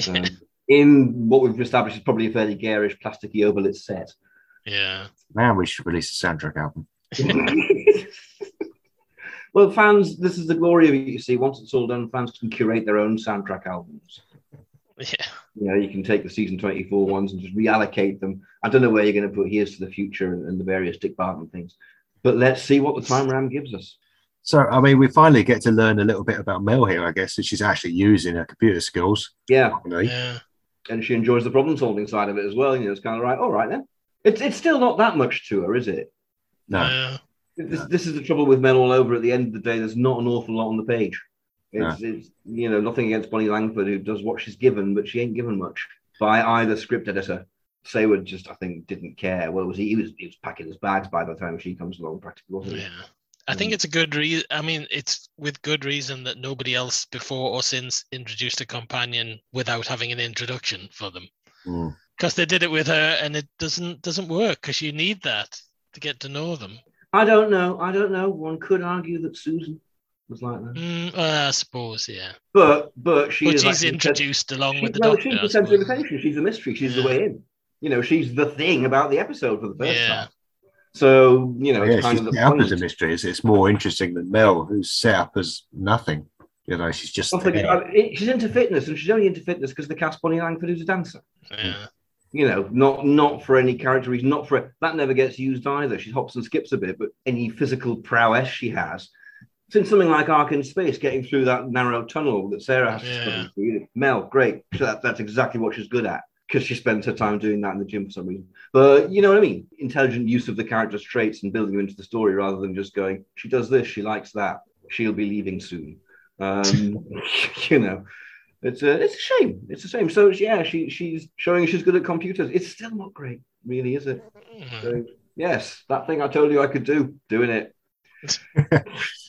Speaker 1: Um, in what we've established is probably a fairly garish, plasticky overlit set.
Speaker 3: yeah.
Speaker 2: Man, we should release a soundtrack album.
Speaker 1: well, fans, this is the glory of it. You see, once it's all done, fans can curate their own soundtrack albums.
Speaker 3: Yeah.
Speaker 1: You know, you can take the season 24 ones and just reallocate them. I don't know where you're going to put Here's to the Future and, and the various Dick Barton things, but let's see what the time ram gives us.
Speaker 2: So, I mean, we finally get to learn a little bit about Mel here, I guess, that she's actually using her computer skills.
Speaker 1: Yeah,
Speaker 2: Really.
Speaker 3: Yeah.
Speaker 1: and she enjoys the problem solving side of it as well. You know, it's kind of right, all right then. It's, it's still not that much to her, is it?
Speaker 2: No,
Speaker 3: yeah.
Speaker 1: This,
Speaker 2: Yeah.
Speaker 1: this is the trouble with men all over. At the end of the day, there's not an awful lot on the page. It's, it's you know nothing against Bonnie Langford who does what she's given, but she ain't given much by either script editor. Sayward just I think didn't care. Well, it was he, he was he was packing his bags by the time she comes along, practically. Wasn't he?
Speaker 3: Yeah. I
Speaker 1: Mm.
Speaker 3: think it's a good reason. I mean, it's with good reason that nobody else before or since introduced a companion without having an introduction for them.
Speaker 2: Mm.
Speaker 3: Because they did it with her, and it doesn't doesn't work. Because you need that to get to know them.
Speaker 1: I don't know. I don't know. One could argue that Susan was like that,
Speaker 3: Mm, well, I suppose, yeah.
Speaker 1: but but she
Speaker 3: but
Speaker 1: is
Speaker 3: she's
Speaker 1: actually-
Speaker 3: introduced along
Speaker 1: She-
Speaker 3: with the
Speaker 1: no,
Speaker 3: doctor.
Speaker 1: she's
Speaker 3: I
Speaker 1: the centre of
Speaker 3: suppose.
Speaker 1: attention. She's the mystery. She's the
Speaker 3: Yeah.
Speaker 1: way in. You know, she's the thing about the episode for the first
Speaker 3: Yeah.
Speaker 1: time. So you know,
Speaker 2: yeah,
Speaker 1: it's kind
Speaker 2: she's
Speaker 1: of the
Speaker 2: set up
Speaker 1: point.
Speaker 2: as a mystery. It's, it's more interesting than Mel, who's set up as nothing. You know, she's just
Speaker 1: Don't forget,
Speaker 2: there.
Speaker 1: I mean, uh, it- she's into fitness, and she's only into fitness because the cast Bonnie Langford who's a dancer.
Speaker 3: Yeah.
Speaker 1: You know, not not for any character reason, not for that never gets used either. She hops and skips a bit, but any physical prowess she has. Since something like Ark in Space, getting through that narrow tunnel that Sarah has to
Speaker 3: Yeah.
Speaker 1: study through. Mel, great. So that, that's exactly what she's good at because she spends her time doing that in the gym for some reason. But you know what I mean? Intelligent use of the character's traits and building them into the story rather than just going, she does this, she likes that, she'll be leaving soon. Um, you know, it's a it's a shame. It's a shame. So yeah, she she's showing she's good at computers. It's still not great, really, is it?
Speaker 3: Mm.
Speaker 1: So, yes, that thing I told you I could do, doing it.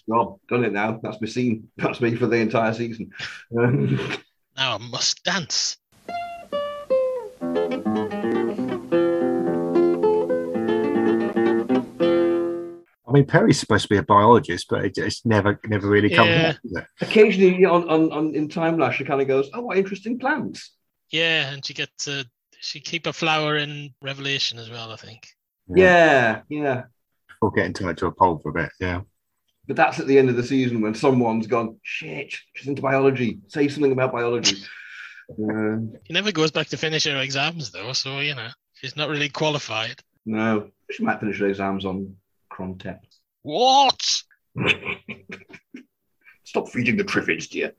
Speaker 1: Rob, done it now. That's my scene. That's me for the entire season. Um,
Speaker 3: Now I must dance.
Speaker 2: I mean, Perry's supposed to be a biologist, but it, it's never, never really comes
Speaker 3: Yeah.
Speaker 2: up. does it?
Speaker 1: occasionally on, on, on in time lash she kind of goes oh what interesting plants
Speaker 3: Yeah, and she gets a she keep a flower in Revelation as well, I think.
Speaker 1: yeah yeah
Speaker 2: Or getting turned to a pulp for a bit. Yeah.
Speaker 1: but that's at the end of the season when someone's gone shit she's into biology say something about biology Um,
Speaker 3: She never goes back to finish her exams though, so you know she's not really qualified.
Speaker 1: no she might finish her exams on Crontep
Speaker 3: What?
Speaker 1: stop feeding the crickets dear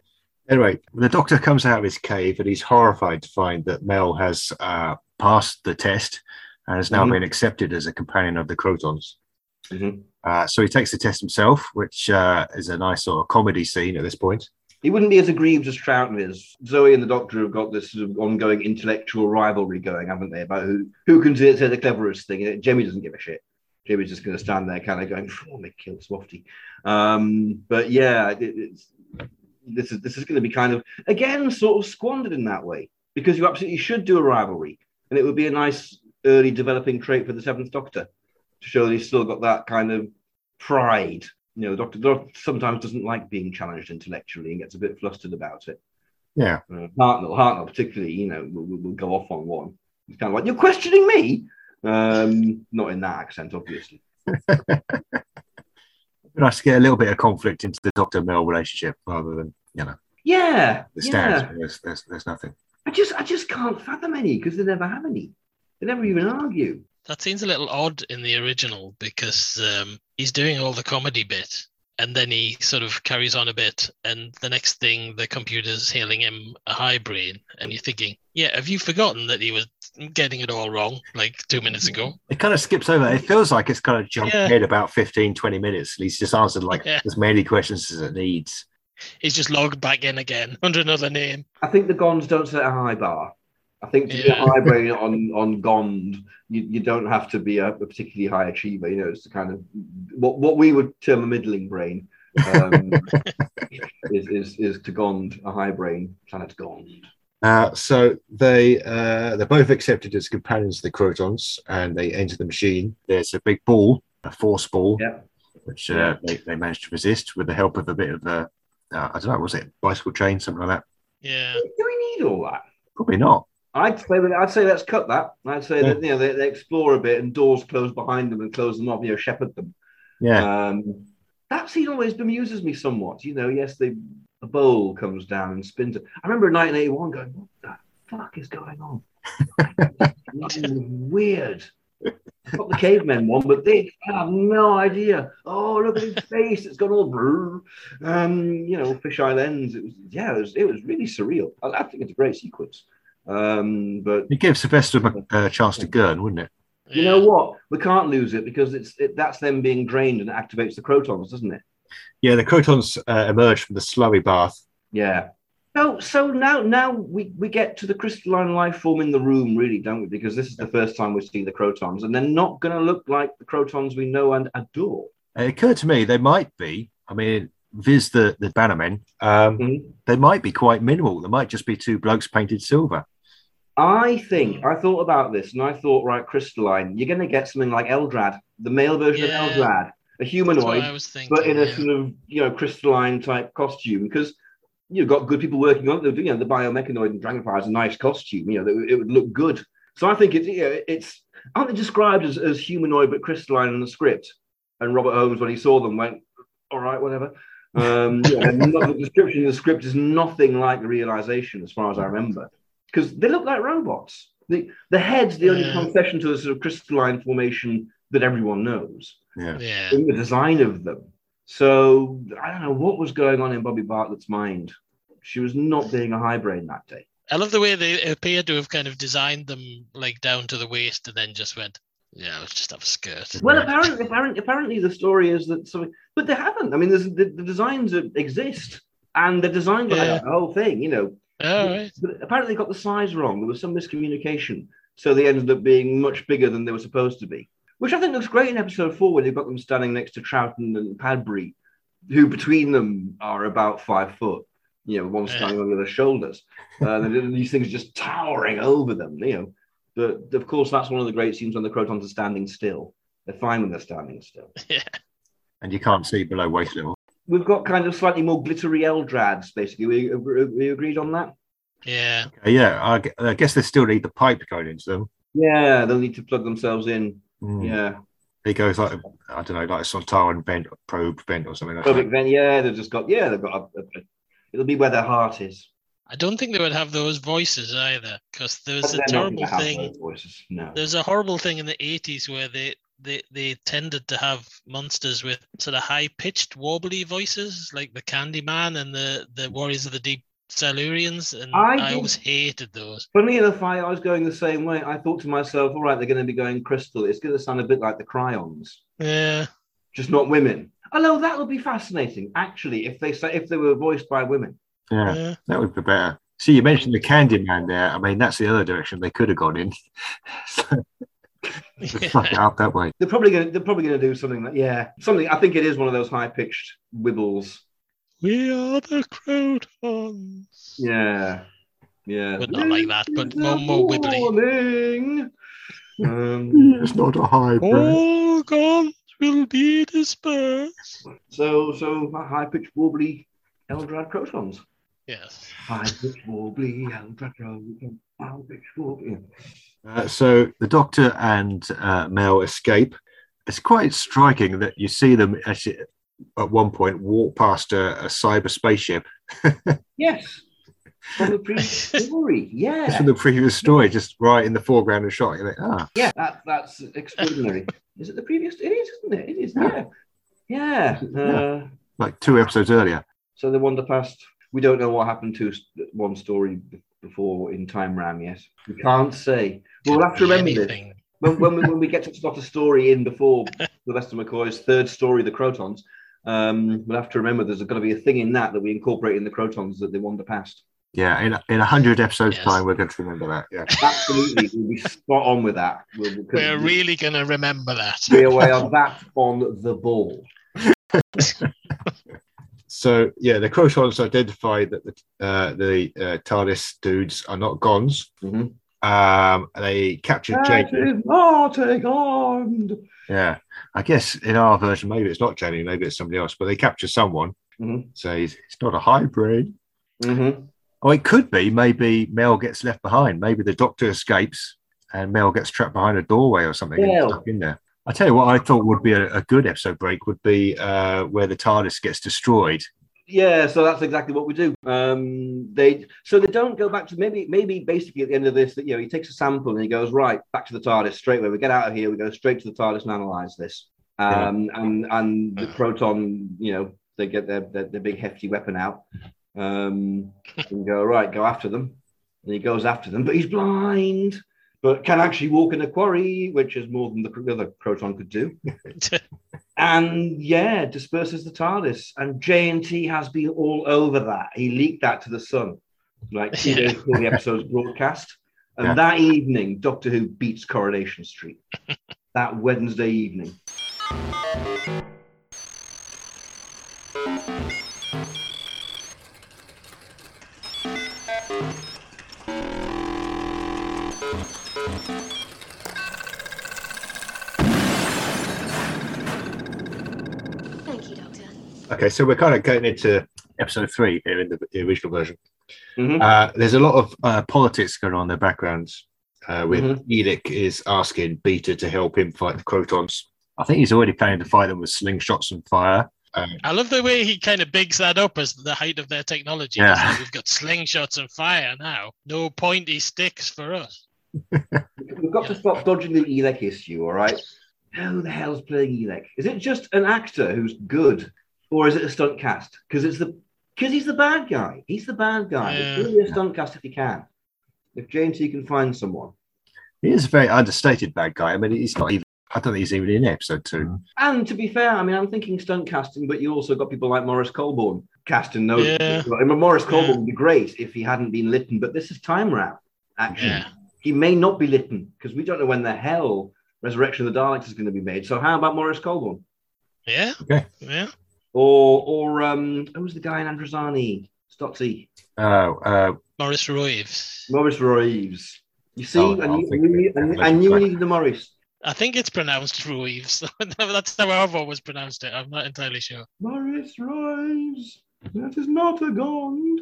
Speaker 2: Anyway, the doctor comes out of his cave and he's horrified to find that Mel has uh, passed the test and has now
Speaker 3: Mm-hmm.
Speaker 1: Mhm.
Speaker 2: been accepted as a companion of the Crotons.
Speaker 1: Mhm.
Speaker 2: Uh, so he takes the test himself, which uh, is a nice sort of comedy scene at this point.
Speaker 1: he wouldn't be as aggrieved as Trouton is Zoe and the Doctor have got this sort of ongoing intellectual rivalry going haven't they about who who can say the cleverest thing and Jemmy doesn't give a shit Jimmy's just going to stand there, kind of going, "Phew, "I'm going to kill Swafty." Um, but yeah, it, it's, this is this is going to be kind of again sort of squandered in that way because you absolutely should do a rivalry, and it would be a nice early developing trait for the Seventh Doctor to show that he's still got that kind of pride. You know, the Doctor, the Doctor sometimes doesn't like being challenged intellectually and gets a bit flustered about it.
Speaker 2: Yeah.
Speaker 1: Uh, Hartnell, Hartnell particularly, you know, will, will, will go off on one. He's kind of like, "You're questioning me." Um, not in that accent, obviously.
Speaker 2: But nice to get a little bit of conflict into the doctor Mel relationship rather than, you know,
Speaker 1: Yeah,
Speaker 2: the stands.
Speaker 1: yeah.
Speaker 2: where There's, there's, there's nothing.
Speaker 1: I just, I just can't fathom any because they never have any. They never even argue.
Speaker 3: That seems a little odd in the original because um, he's doing all the comedy bit and then he sort of carries on a bit. And the next thing, the computer's hailing him a high brain. And you're thinking, yeah, have you forgotten that he was getting it all wrong like two minutes ago?
Speaker 2: It kind of skips over. It feels like it's kind of jumped
Speaker 3: Yeah.
Speaker 2: ahead about 15, 20 minutes. And he's just answered like
Speaker 3: Yeah.
Speaker 2: as many questions as it needs.
Speaker 3: He's just logged back in again under another name.
Speaker 1: I think the Gonds don't set a high bar. I think to be
Speaker 3: Yeah.
Speaker 1: a high brain on on Gond, you, you don't have to be a, a particularly high achiever. You know, it's the kind of what what we would term a middling brain. Um, is, is is to Gond a high brain planet Gond?
Speaker 2: Uh, so they uh, they're both accepted as companions of the Crotons, and they enter the machine. There's a big ball, a force ball,
Speaker 1: Yep.
Speaker 2: which uh, they, they manage to resist with the help of a bit of a uh, I don't know, was it bicycle chain, something like that?
Speaker 3: Yeah.
Speaker 1: Do we need all that?
Speaker 2: Probably not.
Speaker 1: I'd say that- I'd say let's cut that. I'd say that you know they, they explore a bit and doors close behind them and close them up. You know, shepherd them.
Speaker 2: Yeah,
Speaker 1: Um, that scene always bemuses me somewhat. You know, yes, they, the bowl comes down and spins. it. I remember in 1981 going, what the fuck is going on? This is weird. I've got the cavemen one, but they have no idea. Oh, look at his face. It's gone all blue. Um, you know, fisheye lens. It was, yeah, it was, it was really surreal. I, I think it's a great sequence. Um, but
Speaker 2: it gives Sylvester a uh, chance to gurn, wouldn't it?
Speaker 1: you know what? We can't lose it because it's it, that's them being drained and it activates the crotons, doesn't it?
Speaker 2: Yeah, the Crotons uh, emerge from the slurry bath.
Speaker 1: Yeah. So so now now we, we get to the crystalline life form in the room, really, don't we? Because this is the first time we've seen the crotons, and they're not going to look like the crotons we know and adore.
Speaker 2: It occurred to me they might be. I mean, viz the the Bannermen, um,
Speaker 1: Mhm.
Speaker 2: they might be quite minimal. They might just be two blokes painted silver.
Speaker 1: I think I thought about this, and I thought, right, crystalline, you're going to get something like Eldrad, the male version
Speaker 3: Yeah.
Speaker 1: of Eldrad, a
Speaker 3: That's what I
Speaker 1: humanoid,
Speaker 3: was thinking.
Speaker 1: but in a
Speaker 3: yeah.
Speaker 1: sort of you know crystalline type costume, because. You've got good people working on it. You know, the biomechanoid and dragonfly is a nice costume. You know, that- it would look good So I think it's you know, it's aren't they described as, as humanoid but crystalline in the script? And Robert Holmes, when he saw them, went, "All right, whatever." Um, yeah, and not- the description in the script is nothing like the realization, as far as I remember, because they look like robots. The the head's the only
Speaker 3: Yeah.
Speaker 1: concession to the sort of crystalline formation that everyone knows
Speaker 2: Yeah.
Speaker 3: Yeah.
Speaker 1: in the design of them. So I don't know what was going on in Bobby Bartlett's mind. She was not being a high brain that day.
Speaker 3: I love the way they appear to have kind of designed them like down to the waist and then just went, yeah, let's just have a skirt.
Speaker 1: Well, apparently, apparently, apparently, the story is that something, but they haven't. I mean, there's, the, the designs are- exist, and they're designed like
Speaker 3: Yeah.
Speaker 1: that, the whole thing, you know.
Speaker 3: All right.
Speaker 1: But apparently, they got the size wrong. There was some miscommunication, so they ended up being much bigger than they were supposed to be, which I think looks great in episode four when you've got them standing next to Troughton and Padbury, who between them are about five foot. You know, one
Speaker 3: Yeah.
Speaker 1: standing on the other's shoulders, uh, and these things just towering over them. You know, but of course, that's one of the great scenes when the Crotons are standing still. They're fine when they're standing still.
Speaker 2: And you can't see below waist level.
Speaker 1: We've got kind of slightly more glittery Eldrads, basically. We, we we agreed on that?
Speaker 3: Yeah.
Speaker 2: Uh, yeah, I, gu- I guess they still need the pipe going into them.
Speaker 1: Yeah, they'll need to plug themselves in.
Speaker 2: Mm.
Speaker 1: Yeah.
Speaker 2: It goes like, a, I don't know, like a Sontaran vent or probe vent or something like
Speaker 1: Public
Speaker 2: that.
Speaker 1: event, yeah, they've just got, yeah, they've got, a, a- a- it'll be where their heart is.
Speaker 3: I don't think they would have those voices either because there's
Speaker 1: But
Speaker 3: a
Speaker 1: they're not
Speaker 3: terrible
Speaker 1: gonna have
Speaker 3: thing.
Speaker 1: those Voices. No.
Speaker 3: There's a horrible thing in the 80s where they, they, they tended to have monsters with sort of high pitched, wobbly voices like the Candyman and the, the Warriors of the Deep Silurians. And
Speaker 1: I
Speaker 3: I,
Speaker 1: did-
Speaker 3: always hated those.
Speaker 1: Funny enough, I, I was going the same way. I thought to myself, all right, they're going to be going crystal. It's going to sound a bit like the Cryons.
Speaker 3: Yeah.
Speaker 1: just not women. Although that would be fascinating, actually, if they say if they were voiced by women.
Speaker 2: Yeah,
Speaker 3: yeah.
Speaker 2: that would be better. See, you mentioned the Candyman there. I mean, that's the other direction they could have gone in. so, fuck it up that way.
Speaker 1: They're probably going. to They're probably going to do something that. Yeah, something. I think it is one of those high pitched wibbles.
Speaker 3: We are the Crotons.
Speaker 1: Yeah, yeah.
Speaker 3: Would not like that, but more- more wibbly.
Speaker 1: wibbly. Um,
Speaker 2: It's not a
Speaker 3: Oh.
Speaker 2: high brain.
Speaker 3: All guns will be dispersed.
Speaker 1: so so high pitched wobbly Eldrad crotons.
Speaker 3: Yes.
Speaker 1: High pitched wobbly Eldrad crotons. High pitched wobbly.
Speaker 2: Uh, so the Doctor and uh, Mel escape. It's quite striking that you see them actually at one point walk past a, a cyber spaceship.
Speaker 1: Yes, from the previous story. Yeah.
Speaker 2: It's from the previous story, just right in the foreground of shot. You're like, ah,
Speaker 1: Yeah, that, that's extraordinary. is it the previous? It is, isn't it? It is. Yeah,
Speaker 2: Yeah.
Speaker 1: yeah. Uh,
Speaker 2: like two episodes earlier.
Speaker 1: so they wander past. We don't know what happened to s- one story b- before in Time Ram yet. We can't say. But we'll have to remember this
Speaker 3: Anything.
Speaker 1: when, when, we, when we get to slot a story in before Sylvester McCoy's third story, The Crotons. Um, we'll have to remember there's got to be a thing in that that we incorporate in the crotons that they wander past.
Speaker 2: Yeah, in in a hundred episodes
Speaker 3: Yes.
Speaker 2: time, we're going to remember that. Yeah,
Speaker 1: Absolutely, we'll be spot on with that. We'll, we'll-
Speaker 3: We're really going to remember that.
Speaker 1: we are that on the ball.
Speaker 2: So yeah, the Crotons identify that the uh, the uh, TARDIS dudes are not Gons.
Speaker 1: Mhm.
Speaker 2: Um, they captured
Speaker 1: Ah,
Speaker 2: Jamie.
Speaker 1: Martin armed.
Speaker 2: Yeah, I guess in our version, maybe it's not Jamie, maybe it's somebody else, but they capture someone.
Speaker 1: Mhm.
Speaker 2: So he's, it's not a hybrid.
Speaker 1: Mhm.
Speaker 2: Or it could be maybe Mel gets left behind. Maybe the Doctor escapes and Mel gets trapped behind a doorway or something and
Speaker 1: Yeah.
Speaker 2: stuck in there. I tell you what, I thought would be a, a good episode break would be uh, where the TARDIS gets destroyed.
Speaker 1: Yeah, so that's exactly what we do. Um, they so they don't go back to maybe maybe basically at the end of this that you know he takes a sample and he goes right back to the TARDIS straight away. We get out of here. We go straight to the TARDIS and analyze this. Um, and and the proton, you know, they get their their, their big hefty weapon out um, and go right go after them. And he goes after them, but he's blind, but can actually walk in a quarry, which is more than the cr- other proton could do and yeah, disperses the TARDIS. And J&T has been all over that. He leaked that to the Sun, like two days before the episode's broadcast. And
Speaker 2: Yeah.
Speaker 1: that evening, Doctor Who beats Coronation Street. that Wednesday evening.
Speaker 5: Thank you, Doctor.
Speaker 2: Okay, so we're kind of going into episode three here in the, the original version.
Speaker 1: Mhm.
Speaker 2: Uh, there's a lot of uh, politics going on in the background. Uh, with
Speaker 1: Mhm.
Speaker 2: Edic is asking Beta to help him fight the Crotons. I think he's already planning to fight them with slingshots and fire.
Speaker 3: I love the way he kind of bigs that up as the height of their technology.
Speaker 2: Yeah.
Speaker 3: He's like, We've got slingshots and fire now. No pointy sticks for us.
Speaker 1: We've got to stop dodging the Elec issue, all right? Who the hell's playing Elec? Is it just an actor who's good, or is it a stunt cast? Because it's the because he's the bad guy. He's the bad guy. It's
Speaker 3: Yeah.
Speaker 1: really a stunt cast if he can. If J&T can find someone.
Speaker 2: He is a very understated bad guy. I mean, he's not even. I don't think he's even in episode two.
Speaker 1: And to be fair, I mean, I'm thinking stunt casting, but you also got people like Morris Colborne casting those.
Speaker 3: Yeah.
Speaker 1: I mean, Morris Colborne
Speaker 3: Yeah.
Speaker 1: would be great if he hadn't been Litton, but this is time wrap action.
Speaker 3: Yeah.
Speaker 1: He may not be Litton because we don't know when the hell Resurrection of the Daleks is going to be made. So how about Morris Colborne
Speaker 3: Yeah.
Speaker 2: Okay.
Speaker 3: Yeah.
Speaker 1: or or um, who's the guy in Androzani? Stotzi,
Speaker 2: Oh, uh,
Speaker 3: Morris Roives.
Speaker 1: Morris Reeves. You see,
Speaker 2: Oh,
Speaker 1: I
Speaker 2: I'll
Speaker 1: knew, I
Speaker 2: think of
Speaker 1: knew,
Speaker 2: it.
Speaker 1: I knew, I knew we needed the Morris.
Speaker 3: I think it's pronounced Roives. That's how I've always pronounced it. I'm not entirely sure.
Speaker 1: Morris Roves. That is not a gond.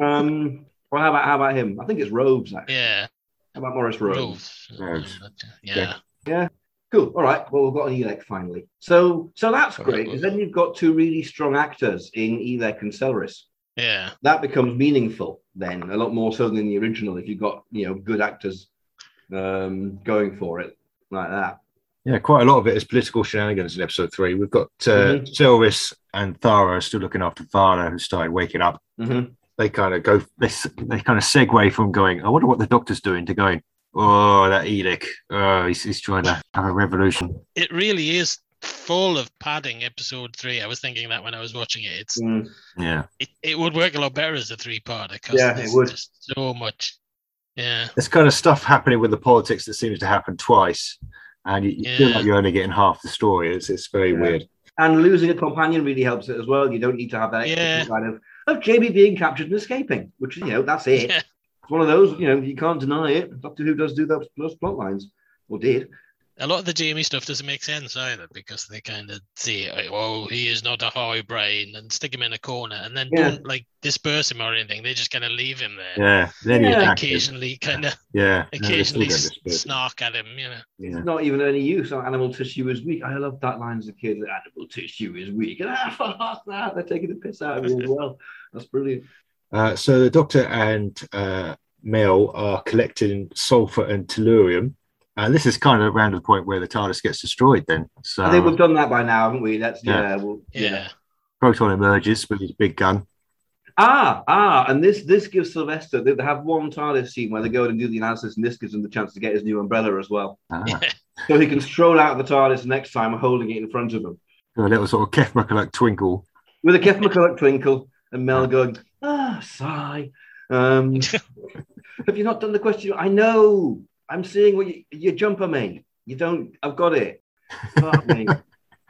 Speaker 1: Um, well, how about how about him? I think it's Roves. Actually.
Speaker 3: Yeah.
Speaker 1: How about Morris Roves?
Speaker 3: Roves.
Speaker 2: Roives.
Speaker 3: Yeah.
Speaker 1: Cool. All right. Well, we've got an Elec finally. So so that's
Speaker 3: All right,
Speaker 1: great. Because
Speaker 3: well-
Speaker 1: then you've got two really strong actors in Elec and Celeris.
Speaker 3: Yeah.
Speaker 1: That becomes meaningful then a lot more so than the original if you've got you know good actors um, going for it like that.
Speaker 2: yeah, quite a lot of it is political shenanigans in episode three. We've got uh,
Speaker 1: Mhm.
Speaker 2: Silris and Thara still looking after Vara, who's started waking up.
Speaker 1: Mhm.
Speaker 2: They kind of go. They, s- they kind of segue from going. I wonder what the doctor's doing to going. Oh, that Edic. Oh, he's, he's trying to have a revolution.
Speaker 3: It really is full of padding episode three. I was thinking that when I was watching it. It's
Speaker 1: Mm.
Speaker 2: Yeah.
Speaker 3: it, it would work a lot better as a three parter because
Speaker 1: Yeah, it
Speaker 3: there's
Speaker 1: would.
Speaker 3: just so much. Yeah.
Speaker 2: There's kind of stuff happening with the politics that seems to happen twice, and you, you feel
Speaker 3: Yeah.
Speaker 2: like you're only getting half the story. It's it's very
Speaker 1: Yeah.
Speaker 2: weird.
Speaker 1: And losing a companion really helps it as well. You don't need to have that extra
Speaker 3: Yeah.
Speaker 1: kind of of Jamie being captured and escaping, which you know that's it.
Speaker 3: Yeah.
Speaker 1: It's one of those you know you can't deny it. Doctor Who does do those, those plot lines, or did.
Speaker 3: A lot of the Jamie stuff doesn't make sense either because they kind of say, like, "Oh, he is not a high brain," and stick him in a corner, and then
Speaker 1: Yeah.
Speaker 3: don't like disperse him or anything. They just kind of leave him there.
Speaker 2: Yeah. Then
Speaker 1: Yeah.
Speaker 3: And
Speaker 2: yeah. He's active.
Speaker 3: occasionally, kind of
Speaker 2: yeah. No, they still
Speaker 3: occasionally
Speaker 2: don't
Speaker 3: s-
Speaker 2: disperse it.
Speaker 3: snark at him. You know,
Speaker 2: Yeah.
Speaker 1: It's not even any use. Our animal tissue is weak. I love that line as a kid. that Animal tissue is weak. Ah, fuck that. They're taking the piss out of me as well. That's brilliant.
Speaker 2: Uh, so the Doctor and uh, Mel are collecting sulfur and tellurium. And this is kind of around the point where the TARDIS gets destroyed then. So
Speaker 1: I think we've done that by now, haven't we? That's yeah.
Speaker 2: Yeah.
Speaker 1: well,
Speaker 3: yeah,
Speaker 2: Proton emerges with his big gun.
Speaker 1: Ah, ah, and this this gives Sylvester. They they have one TARDIS scene where they go and do the analysis, and this gives him the chance to get his new umbrella as well.
Speaker 2: Ah.
Speaker 3: Yeah.
Speaker 1: So he can stroll out of the TARDIS next time holding it in front of him.
Speaker 2: A little sort of Kef McCulloch twinkle.
Speaker 1: with a Kef McCulloch twinkle and Mel going, ah, sigh. Um, have you not done the question? I know. I'm seeing what you, your jumper, mate. You don't. I've got it.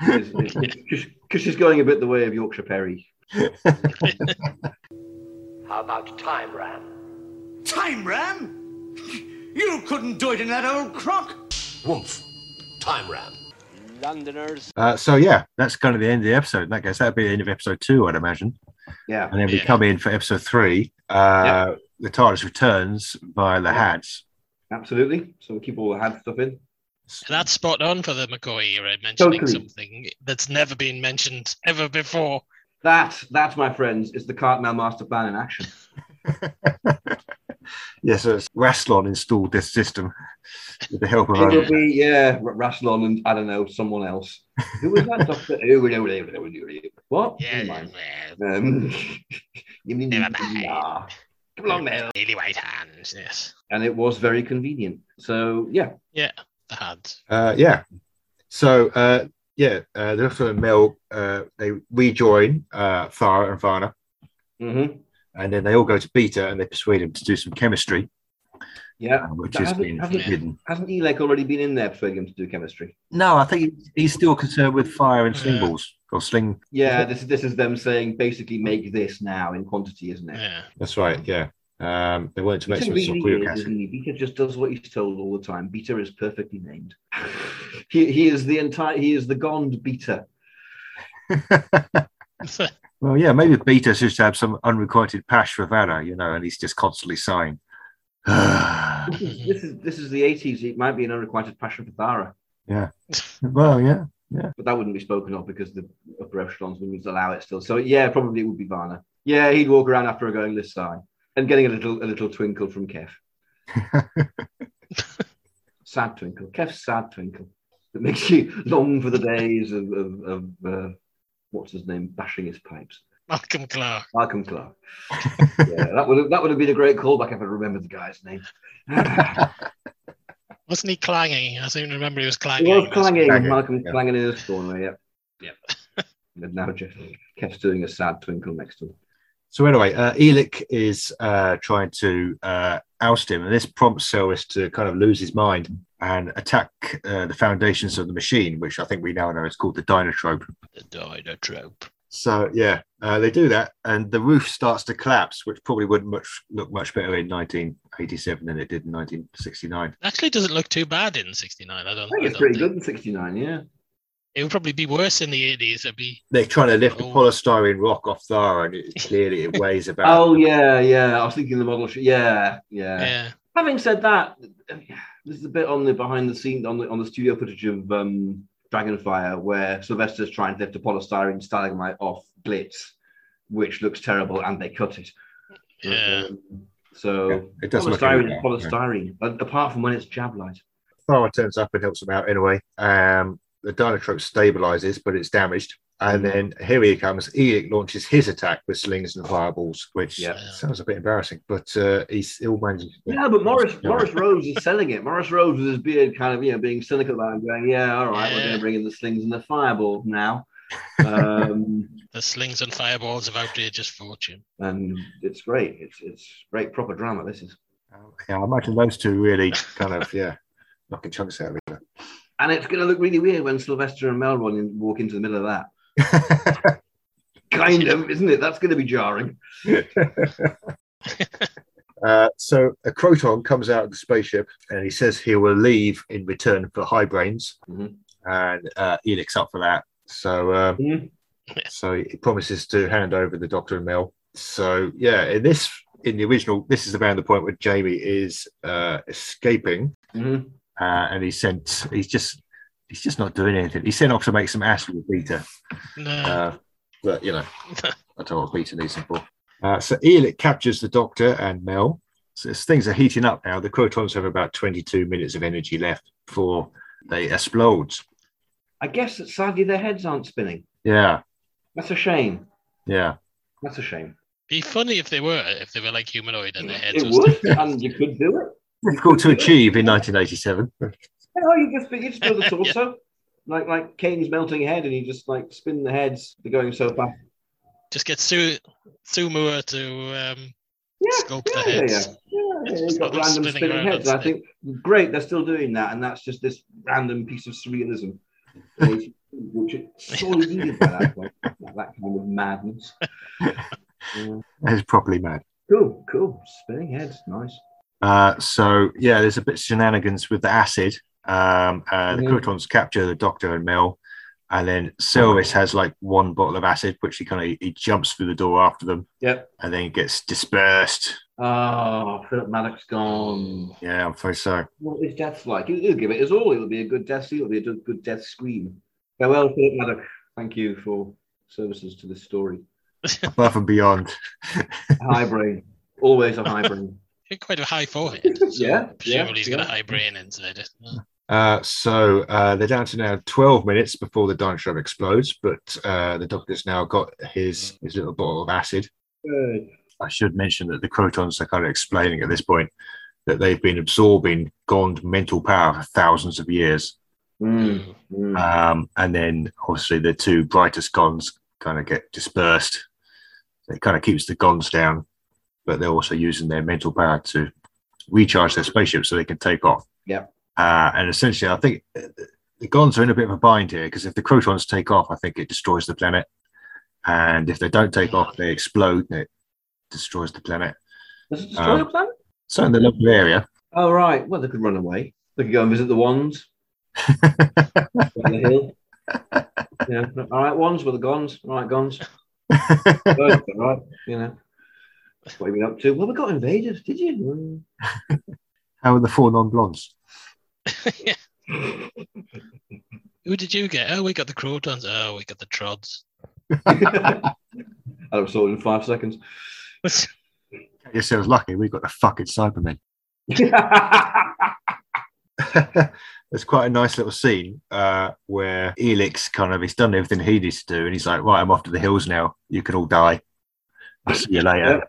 Speaker 1: Because she's going a bit the way of Yorkshire Perry.
Speaker 6: How about time, Ram?
Speaker 7: Time Ram? You couldn't do it in that old crock.
Speaker 6: Woof. Time, Ram.
Speaker 4: Londoners.
Speaker 2: Uh, so yeah, that's kind of the end of the episode. In that case, that'd be the end of episode two, I'd imagine.
Speaker 1: Yeah.
Speaker 2: And then we
Speaker 3: Yeah.
Speaker 2: come in for episode three. Uh, The TARDIS returns via the hats.
Speaker 1: Absolutely. So we'll keep all the had stuff in.
Speaker 3: That's spot on for the McCoy era, mentioning
Speaker 1: Totally.
Speaker 3: something that's never been mentioned ever before.
Speaker 1: That, that, my friends, is the Cartmel Master Plan in action.
Speaker 2: Yes, so it's Rastlon installed this system with the help of our,
Speaker 1: Probably, yeah, R- Rassilon and I don't know, someone else. Who was that Doctor Who? What?
Speaker 3: Yeah.
Speaker 1: Never mind.
Speaker 3: well,
Speaker 1: Um, you mean-
Speaker 3: Never mind.
Speaker 1: Nah. Come along now.
Speaker 3: Really white hands. Yes.
Speaker 1: And it was very convenient. So yeah,
Speaker 3: Yeah. The hands.
Speaker 2: uh, yeah. So uh, yeah, uh, the Doctor and Mel uh, they rejoin uh, Thara and Varna,
Speaker 1: Mhm.
Speaker 2: and then they all go to Beta and they persuade him to do some chemistry, uh,
Speaker 1: yeah.
Speaker 2: which
Speaker 1: But
Speaker 2: has
Speaker 1: haven't-
Speaker 2: been
Speaker 1: haven't-
Speaker 2: forbidden.
Speaker 1: Hasn't Elec already been in there persuading him to do chemistry?
Speaker 2: No, I think he's still concerned with fire and sling
Speaker 3: Yeah.
Speaker 2: balls or sling.
Speaker 1: Yeah, this this is them saying basically make this now in quantity, isn't it?
Speaker 3: Yeah.
Speaker 2: That's right. Yeah, um, they wanted to make
Speaker 1: Beta
Speaker 2: some
Speaker 1: really
Speaker 2: sulfuric
Speaker 1: is,
Speaker 2: acid.
Speaker 1: isn't he? Beta just does what he's told all the time. Beta is perfectly named. he, he is the entire he is the Gond Beta.
Speaker 2: well, yeah, maybe Beta's just had some unrequited pash for Vanna, you know, and he's just constantly sighing. well,
Speaker 1: This
Speaker 3: Mm-hmm.
Speaker 1: is this is, this is the eighties. It might be an unrequited passion for Thara,
Speaker 2: yeah,
Speaker 1: but that wouldn't be spoken of because the upper echelons wouldn't allow it still. So yeah, probably it would be Varna. Yeah, he'd walk around after a going this sigh and getting a little a little twinkle from Kev. sad twinkle. Kev's sad twinkle that makes you long for the days of of, of uh, what's his name bashing his pipes.
Speaker 3: Malcolm Clark.
Speaker 1: Malcolm Clark. yeah, that would have, that would have been a great callback if I remembered the guy's name.
Speaker 3: Wasn't he clanging? I seem to remember he was
Speaker 1: He
Speaker 3: clanging.
Speaker 1: was clanging,
Speaker 2: clanging,
Speaker 1: Malcolm
Speaker 2: yeah.
Speaker 1: clanging in his corner, yeah. Yeah. and now Jeff kept doing a sad twinkle next to him.
Speaker 2: So anyway, uh, Elic is uh, trying to uh, oust him, and this prompts Celrus to kind of lose his mind and attack uh, the foundations of the machine, which I think we now know is called the Dinotrope.
Speaker 3: The dinotrope.
Speaker 2: So yeah, uh, they do that, and the roof starts to collapse, which probably wouldn't much look much better in 1987 than it did in 1969.
Speaker 3: Actually, doesn't look too bad in '69. I don't.
Speaker 1: I think it's
Speaker 3: don't
Speaker 1: pretty good in 69, yeah.
Speaker 3: It would probably be worse in the '80s. It'd be
Speaker 2: They're trying to lift a
Speaker 3: Oh.
Speaker 2: polystyrene rock off Thara, and it, clearly it weighs about.
Speaker 1: Oh, yeah, yeah. I was thinking the model. Sh- yeah, yeah,
Speaker 3: yeah.
Speaker 1: Having said that, there's a bit on the behind the scenes, on the, on the studio footage of um, Dragonfire where Sylvester's trying to lift a polystyrene stalagmite off Blitz, which looks terrible, and they cut it.
Speaker 3: Yeah.
Speaker 1: Um, so.
Speaker 2: Yeah, it does look.
Speaker 1: polystyrene
Speaker 2: like
Speaker 1: is
Speaker 2: that.
Speaker 1: polystyrene, a- apart from when it's jab light.
Speaker 2: Thara turns up and helps him out anyway. Um, the Dinotrope stabilizes, but it's damaged.
Speaker 1: Hmm.
Speaker 2: And then here he comes. Elic launches his attack with slings and fireballs, which
Speaker 1: Yeah.
Speaker 2: sounds a bit embarrassing, but uh, he still manages. to-
Speaker 1: Yeah, but Morris
Speaker 2: Yeah.
Speaker 1: Morris Rose is selling it. Morris Rose with his beard kind of, you know, being cynical about it, going, yeah, all right, we're
Speaker 3: Yeah.
Speaker 1: going to bring in the slings and the fireball now. Um,
Speaker 3: The slings and fireballs of outrageous fortune.
Speaker 1: and it's great. It's it's great proper drama, this is.
Speaker 2: Yeah, I imagine those two really kind of yeah, knocking chunks out of each
Speaker 1: And it's going to look really weird when Sylvester and Melron in, walk into the middle of that.
Speaker 2: other.
Speaker 1: Kind of, isn't it? That's going to be jarring.
Speaker 2: uh, so a Croton comes out of the spaceship and he says he will leave in return for high brains,
Speaker 1: Mhm.
Speaker 2: and uh, Elix up for that. So uh,
Speaker 1: Mhm.
Speaker 2: so he promises to hand over the Doctor and Mel. So yeah, in this in the original, this is around the point where Jamie is uh, escaping
Speaker 1: Mhm.
Speaker 2: uh, and he's sent. He's just he's just not doing anything. He's sent off to make some acid with Beta.
Speaker 3: No.
Speaker 2: Uh, but you know, I don't want Peter needs simple. Uh, so Elic captures the Doctor and Mel. So as things are heating up now. The Crotons have about 22 minutes of energy left before they explode.
Speaker 1: I guess that sadly their heads aren't spinning.
Speaker 2: Yeah,
Speaker 1: That's a shame.
Speaker 2: yeah.
Speaker 1: That's a shame.
Speaker 3: be funny if they were, if they were like humanoid and their heads
Speaker 1: It
Speaker 3: were
Speaker 1: would, and you could do it.
Speaker 2: Difficult to achieve in 1987.
Speaker 1: Oh, you just you just do the torso. like like Kane's melting head, and he just like spin the heads. They're going so fast.
Speaker 3: Just get Sue Sue Moore to um,
Speaker 1: Yeah,
Speaker 3: sculpt the
Speaker 1: yeah, yeah,
Speaker 3: heads.
Speaker 1: Yeah, yeah,
Speaker 3: It's
Speaker 1: you've
Speaker 3: just
Speaker 1: got
Speaker 3: sort of
Speaker 1: random
Speaker 3: spinning
Speaker 1: spinning
Speaker 3: around
Speaker 1: heads.
Speaker 3: and
Speaker 1: I think great, they're still doing that, and that's just this random piece of surrealism, which which it sorely needed by that point. That that kind of madness. Yeah.
Speaker 2: It's properly mad.
Speaker 1: Cool, cool. Spinning heads, nice.
Speaker 2: Uh, so yeah, there's a bit of shenanigans with the acid. Um, uh, the
Speaker 1: Mhm.
Speaker 2: croutons capture the doctor and Mill, and then Silvis has like one bottle of acid, which he kind of he jumps through the door after them.
Speaker 1: Yep.
Speaker 2: And then gets dispersed.
Speaker 1: Oh, Philip Maddox gone.
Speaker 2: Yeah, I'm afraid so.
Speaker 1: What is death like? He'll, he'll give it his all. It'll be a good death scene. It'll be a good good death scream. Farewell, Philip Maddox. Thank you for services to this story.
Speaker 2: Above and beyond.
Speaker 1: High brain, always a high brain.
Speaker 3: You're quite a high forehead. so
Speaker 1: Yeah, yeah,
Speaker 3: Presumably he's got
Speaker 1: yeah.
Speaker 3: a high brain inside it.
Speaker 2: Uh, so uh, they're down to now 12 minutes before the dinosaur explodes, but uh, the doctor's now got his his little bottle of acid.
Speaker 1: Good.
Speaker 2: I should mention that the Crotons are kind of explaining at this point that they've been absorbing Gond mental power for thousands of years.
Speaker 1: Mm, mm.
Speaker 2: Um, and then obviously the two brightest Gons kind of get dispersed. It kind of keeps the Gons down, but they're also using their mental power to recharge their spaceship so they can take off.
Speaker 1: Yep.
Speaker 2: Uh, and essentially, I think uh, the Gons are in a bit of a bind here because if the Crotons take off, I think it destroys the planet. And if they don't take off, they explode and it destroys the planet.
Speaker 1: Does it destroy
Speaker 2: um,
Speaker 1: the planet?
Speaker 2: So in the local area,
Speaker 1: Oh, right. Well, they could run away. They could go and visit the Wands on the hill. yeah. All right, Wands. Well, the Gons. All right, Gons. All right. You know, what have you been up to? Well, we got invaded, did you?
Speaker 2: how are the four non-blondes?
Speaker 3: Yeah. Who did you get? Oh, we got the Crotons. Oh, we got the Trods.
Speaker 1: Mm. I was sold in five seconds.
Speaker 2: Get yourselves lucky. We've got the fucking Cybermen.
Speaker 1: yeah.
Speaker 2: There's quite a nice little scene uh, where Elix kind of he's done everything he needs to do, and he's like, "Right, I'm off to the hills now. You can all die. I'll see you later."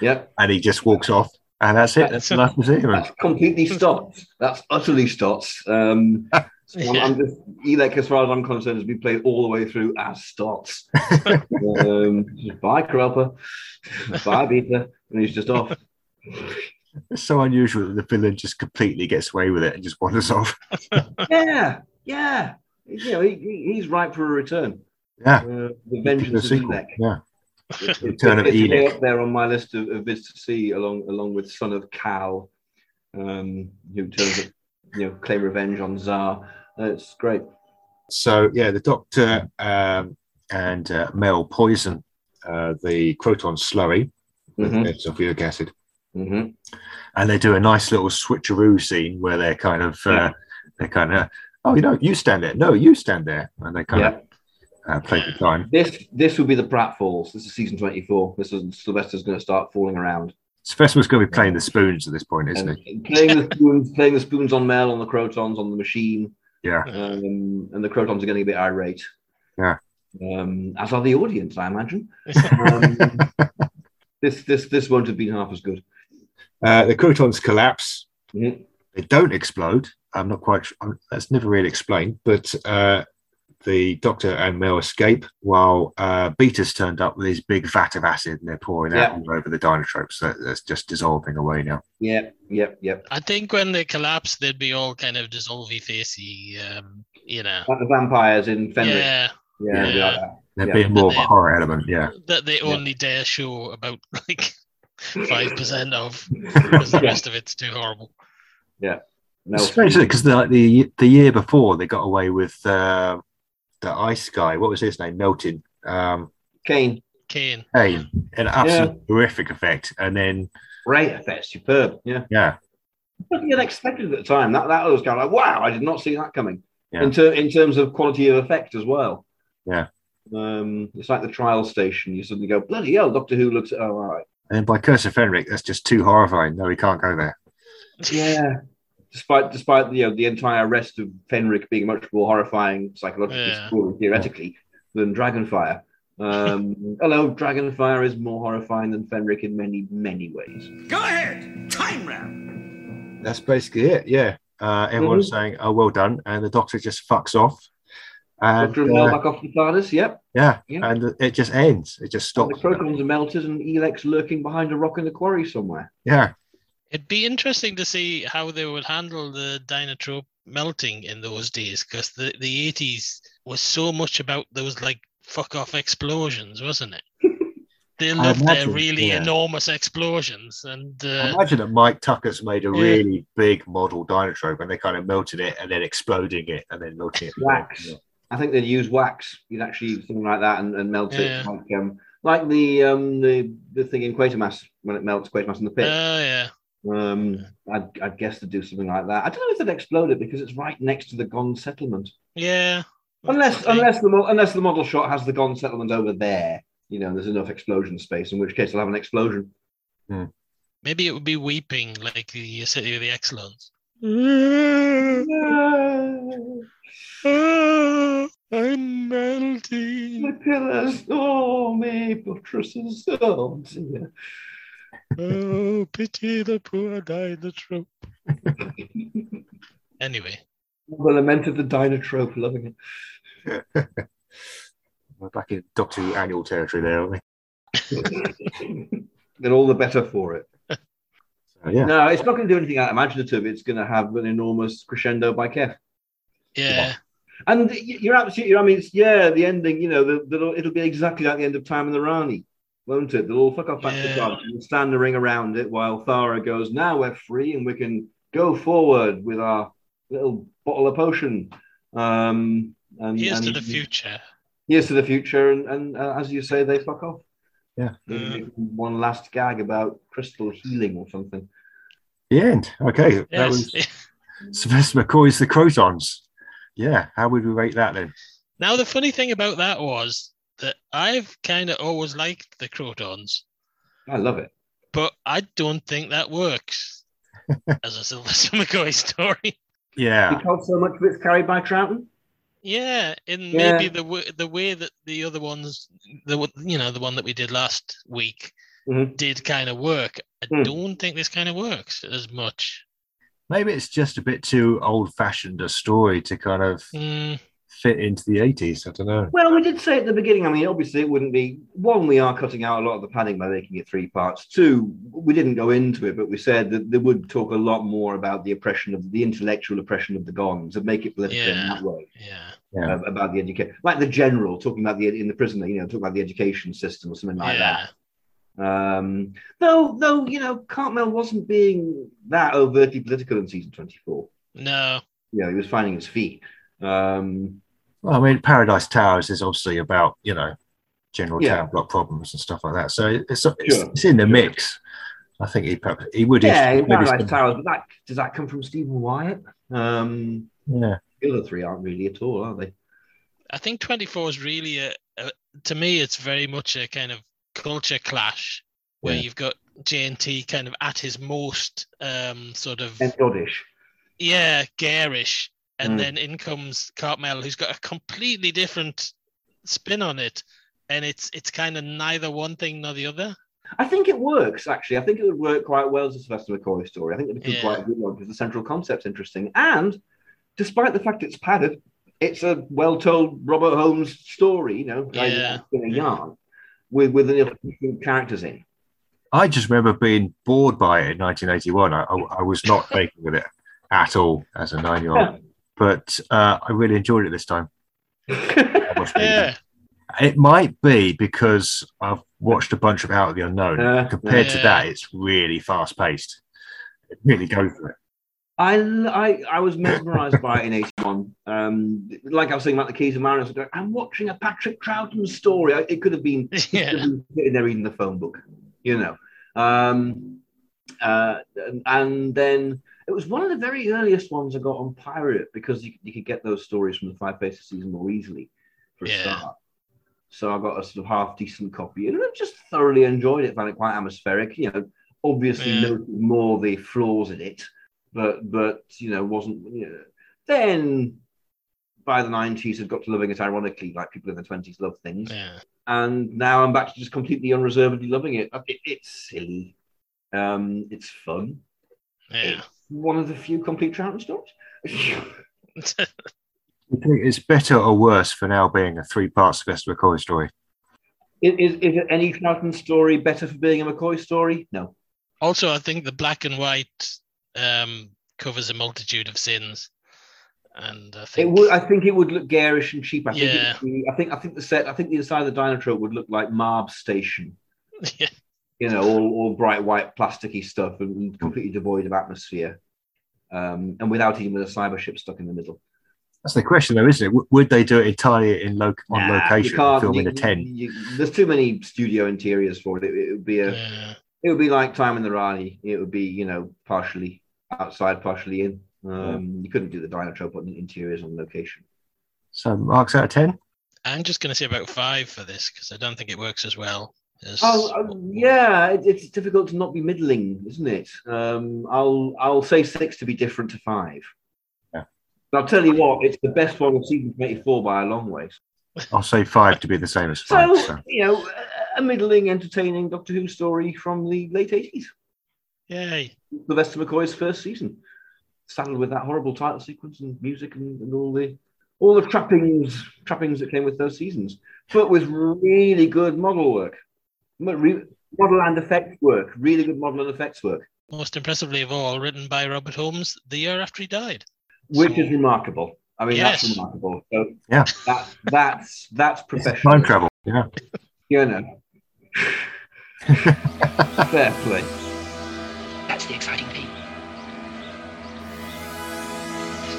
Speaker 1: Yep.
Speaker 2: And he just walks off, and that's it. That's enough to see him.
Speaker 1: That's completely stopped. That's utterly stopped. Um, so I'm, I'm just Elec, as far as I'm concerned, has been played all the way through as Stotts. um, just bye Krelper, bye Beta, and he's just off.
Speaker 2: It's so unusual that the villain just completely gets away with it and just wanders off.
Speaker 1: Yeah, yeah. You know, he, he- he's ripe for a return.
Speaker 2: Yeah,
Speaker 1: Uh, the Vengeance of Elec.
Speaker 2: Yeah,
Speaker 1: It's,
Speaker 2: Return of
Speaker 1: it's way
Speaker 2: Elec.
Speaker 1: up there on my list of, of bids to see, along along with Son of Cal, um, who turns up, you know, claim revenge on Tsar. That's great.
Speaker 2: So yeah, the Doctor um, and uh, Mel poison uh, the Croton slurry with
Speaker 1: Mhm,
Speaker 2: their sulfuric acid.
Speaker 1: mhm.
Speaker 2: and they do a nice little switcheroo scene where they're kind of uh, they're kind of oh you know you stand there no you stand there and they kind
Speaker 1: Yeah.
Speaker 2: of uh, play the time
Speaker 1: This this will be the pratfalls. This is season twenty four. This is Sylvester's going to start falling around.
Speaker 2: Sylvester's going to be playing the spoons at this point isn't
Speaker 1: And
Speaker 2: he
Speaker 1: playing the spoons, playing the spoons on Mel, on the crotons, on the machine,
Speaker 2: yeah
Speaker 1: um, and the crotons are getting a bit irate.
Speaker 2: Yeah.
Speaker 1: Um, as are the audience, I imagine. Um, this this this won't have been half as good.
Speaker 2: uh, the croutons collapse
Speaker 1: Mhm.
Speaker 2: they don't explode i'm not quite su- I'm, that's never really explained but uh, the doctor and mel escape while uh, beta's turned up with his big vat of acid and they're pouring
Speaker 1: Yeah.
Speaker 2: out all over the dinotropes that, that's just dissolving away now
Speaker 1: Yep, yep, yep.
Speaker 3: I think when they collapse, they'd be all kind of dissolvey facey. Um, you know.
Speaker 1: Like the vampires in Fenrir.
Speaker 3: Yeah,
Speaker 1: Yeah, it'll be like that.
Speaker 2: they're
Speaker 1: Yeah.
Speaker 2: being more of a
Speaker 3: But they-
Speaker 2: horror element yeah
Speaker 3: that they
Speaker 1: Yeah.
Speaker 3: only dare show about like five percent of, because the
Speaker 1: Yeah.
Speaker 3: rest of it's too horrible.
Speaker 1: Mel's
Speaker 2: It's strange because the, like, the the year before they got away with uh, the ice guy. What was his name? Melton. Um,
Speaker 1: Kane,
Speaker 3: Kane,
Speaker 2: Kane. An absolute horrific effect. And then
Speaker 1: great effect, superb. Yeah,
Speaker 2: yeah,
Speaker 1: wasn't unexpected at the time. That that was kind of like, wow, I did not see that coming.
Speaker 2: Yeah.
Speaker 1: In, ter- in terms of quality of effect as well.
Speaker 2: Yeah.
Speaker 1: Um, it's like the trial station. You suddenly go, bloody hell, Doctor Who looks. Oh, all right.
Speaker 2: and then by Curse of Fenric, that's just too horrifying. No, we can't go there.
Speaker 1: Yeah. Despite despite you know the entire rest of Fenric being much more horrifying psychologically
Speaker 3: Yeah.
Speaker 1: spoiled, theoretically than Dragonfire. Um, although Dragonfire is more horrifying than Fenric in many many ways.
Speaker 7: Go ahead. Time round.
Speaker 1: Mm-hmm.
Speaker 2: That's basically it. Yeah. Uh, everyone's saying, "Oh, well done," and the Doctor just fucks off. And,
Speaker 1: Doctor and Mel
Speaker 2: uh,
Speaker 1: back off the TARDIS. Yep.
Speaker 2: yeah,
Speaker 1: Yeah.
Speaker 2: and it just ends. It just
Speaker 1: And the
Speaker 2: stops.
Speaker 1: protons are melted and Elex lurking behind a rock in the quarry somewhere.
Speaker 2: Yeah,
Speaker 3: It'd be interesting to see how they would handle the Dynatrope melting in those days, because the, the 80s was so much about those like fuck off explosions, wasn't it? They loved
Speaker 2: imagine,
Speaker 3: their really
Speaker 2: yeah.
Speaker 3: enormous explosions, and
Speaker 2: I
Speaker 3: uh,
Speaker 2: imagine that Mike Tucker's made a
Speaker 3: Yeah.
Speaker 2: really big model dinosaur, and they kind of melted it and then exploding it and then melting it.
Speaker 1: Wax. I think they'd use wax. You'd actually use something like that and, and melt it,
Speaker 3: Yeah.
Speaker 1: like um, like the um the, the thing in Quatermass when it melts Quatermass in the
Speaker 3: oh
Speaker 1: pit.
Speaker 3: yeah,
Speaker 1: Um, I'd, I'd guess to do something like that. I don't know if they'd explode it because it's right next to the Gon settlement.
Speaker 3: yeah.
Speaker 1: Unless
Speaker 3: That's okay.
Speaker 1: unless the mo- unless the model shot has the Gon settlement over there, you know, there's enough explosion space. In which case, they'll have an explosion.
Speaker 3: maybe it would be weeping like the City of the Excellence. I'm melting.
Speaker 1: My pillars, oh, my buttresses, oh dear.
Speaker 3: Oh, pity the poor Dynatrope. anyway,
Speaker 1: Well, I meant the Dynatrope, loving it.
Speaker 2: We're back in Doctor Who annual territory there, aren't we?
Speaker 1: They're all the better for it.
Speaker 2: So, yeah.
Speaker 1: No, it's not going to do anything imaginative. It's going to have an enormous crescendo by Kev.
Speaker 3: yeah,
Speaker 1: And y- you're absolutely. I mean, it's, yeah, the ending. You know, the, the, it'll be exactly like the end of Time in the Rani, won't it? They'll all fuck off back to
Speaker 3: Yeah.
Speaker 1: God and stand the ring around it while Thara goes. Now we're free and we can go forward with our little bottle of potion. Um, and,
Speaker 3: here's to
Speaker 1: and-
Speaker 3: the future.
Speaker 1: Here's to the future. And, and uh, as you say, they fuck off.
Speaker 2: Yeah.
Speaker 1: They make one last gag about crystal healing or something.
Speaker 2: The end. Okay. That
Speaker 3: Yes.
Speaker 2: was Sylvester McCoy's The Crotons. Yeah. How would we rate that then?
Speaker 3: Now the funny thing about that was that I've kind of always liked the Crotons,
Speaker 1: I love it.
Speaker 3: but I don't think that works as a Sylvester McCoy story.
Speaker 2: Yeah.
Speaker 1: Because so much of it's carried by Trouton.
Speaker 3: Yeah, in
Speaker 1: Yeah.
Speaker 3: maybe the w- the way that the other ones, the one- you know the one that we did last week,
Speaker 1: Mhm.
Speaker 3: did kind of work. I
Speaker 1: Hmm.
Speaker 3: don't think this kind of works as much.
Speaker 2: Maybe it's just a bit too old fashioned a story to kind of
Speaker 1: Hmm.
Speaker 3: Mm,
Speaker 2: fit into the 80s. I don't know.
Speaker 1: Well, we did say at the beginning, I mean, obviously it wouldn't be one, we are cutting out a lot of the padding by making it three parts. Two, we didn't go into it, but we said that they would talk a lot more about the oppression of the intellectual oppression of the gons and make it political in
Speaker 3: Yeah.
Speaker 1: that way
Speaker 3: yeah.
Speaker 2: Yeah.
Speaker 1: uh, about the education, like the general talking about the in the prisoner, you know, talking about the education system or something like that. Um, though, though, you know, Cartmel wasn't being that overtly political in season 24.
Speaker 3: No.
Speaker 1: You know, he was finding his feet. Um,
Speaker 2: Well, I mean, Paradise Towers is obviously about, you know, general
Speaker 1: Yeah.
Speaker 2: town block problems and stuff like that. So it's, it's,
Speaker 1: Sure.
Speaker 2: it's in the mix. I think he probably, he would.
Speaker 1: Yeah,
Speaker 2: maybe
Speaker 1: Paradise
Speaker 2: some-
Speaker 1: Towers, but that does that come from Stephen Wyatt? Um,
Speaker 2: Yeah.
Speaker 1: the other three aren't really at all, are they?
Speaker 3: I think 24 is really a, a to me it's very much a kind of culture clash where
Speaker 2: Yeah.
Speaker 3: you've got J&T kind of at his most um sort of
Speaker 1: And Oddish.
Speaker 3: yeah garish and
Speaker 1: Mm.
Speaker 3: then in comes Cartmel who's got a completely different spin on it and it's it's kind of neither one thing nor the other
Speaker 1: I think it works actually. I think it would work quite well as a Sylvester McCoy story. I think it'd be
Speaker 3: Yeah.
Speaker 1: quite a good one because the central concept's interesting. And despite the fact it's padded, it's a well-told Robert Holmes story. You know, like
Speaker 3: Yeah.
Speaker 1: in a yarn with with the different characters in.
Speaker 2: I just remember being bored by it in 1981. I, I, I was not taking with it at all as a nine year old, but uh, I really enjoyed it this time. I must admit.
Speaker 3: yeah
Speaker 2: It might be because I've watched a bunch of Out of the Unknown.
Speaker 1: Uh,
Speaker 2: Compared to
Speaker 3: Yeah.
Speaker 2: that, it's really fast paced. It really go for it.
Speaker 1: I, I I was mesmerized by it in 81. Um, like I was saying about the Keys of Mariners, I'm going, I'm watching a Patrick Troughton story. I, it could have been could
Speaker 3: yeah
Speaker 1: have been sitting there reading the phone book, you know. Um, uh, and, and then it was one of the very earliest ones I got on Pirate because you, you could get those stories from the Five Faces season more easily for a
Speaker 3: Yeah.
Speaker 1: start. So I got a sort of half decent copy and I just thoroughly enjoyed it, found it quite atmospheric, you know. Obviously,
Speaker 3: Yeah.
Speaker 1: noted more the flaws in it, but but you know, wasn't you know. then by the 90s, had got to loving it ironically, like people in their 20s love things
Speaker 3: yeah
Speaker 1: and now I'm back to just completely unreservedly loving it. it it's silly. Um, it's fun.
Speaker 3: yeah
Speaker 1: One of the few complete Trouton stories.
Speaker 2: You think It's better or worse for now being a three part Sylvester McCoy story?
Speaker 1: Is, is, is any Troughton story better for being a McCoy story? No.
Speaker 3: Also, I think the black and white um, covers a multitude of sins, and I think
Speaker 1: It would. I think it would look garish and cheap. I think. it
Speaker 3: Yeah.
Speaker 1: would be- I think. I think the set. I think the inside of the Dynatrode would look like Marb Station.
Speaker 3: Yeah.
Speaker 1: You know, all, all bright white plasticky stuff and completely devoid of atmosphere, um, and without even a cyber ship stuck in the middle.
Speaker 2: That's the question, though, isn't it? W- Would they do it entirely in lo- on
Speaker 1: Nah, you
Speaker 2: location,
Speaker 1: can't-
Speaker 2: film in
Speaker 1: you-
Speaker 2: a tent?
Speaker 1: you- there's too many studio interiors for it. It, it would be a.
Speaker 3: yeah.
Speaker 1: It would be like Time in the Rani. It would be you know partially outside, partially in. Um, You couldn't do the Dynatrope on interiors on location.
Speaker 2: So, marks out of 10?
Speaker 3: I'm just going to say about five for this because I don't think it works as well. As,
Speaker 1: Oh uh, yeah, it, it's difficult to not be middling, isn't it? Um, I'll I'll say six to be different to five.
Speaker 2: Yeah.
Speaker 1: But I'll tell you what, it's the best one of season twenty-four by a long way.
Speaker 2: I'll say five to be the same as
Speaker 1: So
Speaker 2: five. So.
Speaker 1: you know, a- a middling, entertaining Doctor Who story from the late eighties,
Speaker 3: Yay.
Speaker 1: Sylvester McCoy's first season, saddled with that horrible title sequence and music and, and all the all the trappings trappings that came with those seasons, but with really good model work, Mo- re- model and effects work, really good model and effects work.
Speaker 3: Most impressively of all, written by Robert Holmes the year after he died.
Speaker 1: which
Speaker 3: So-
Speaker 1: is remarkable. I mean,
Speaker 3: Yes.
Speaker 1: that's remarkable. So
Speaker 2: Yeah.
Speaker 1: that, that's that's professional.
Speaker 2: Time travel. Yeah.
Speaker 1: You know. Fair play.
Speaker 8: That's the exciting thing.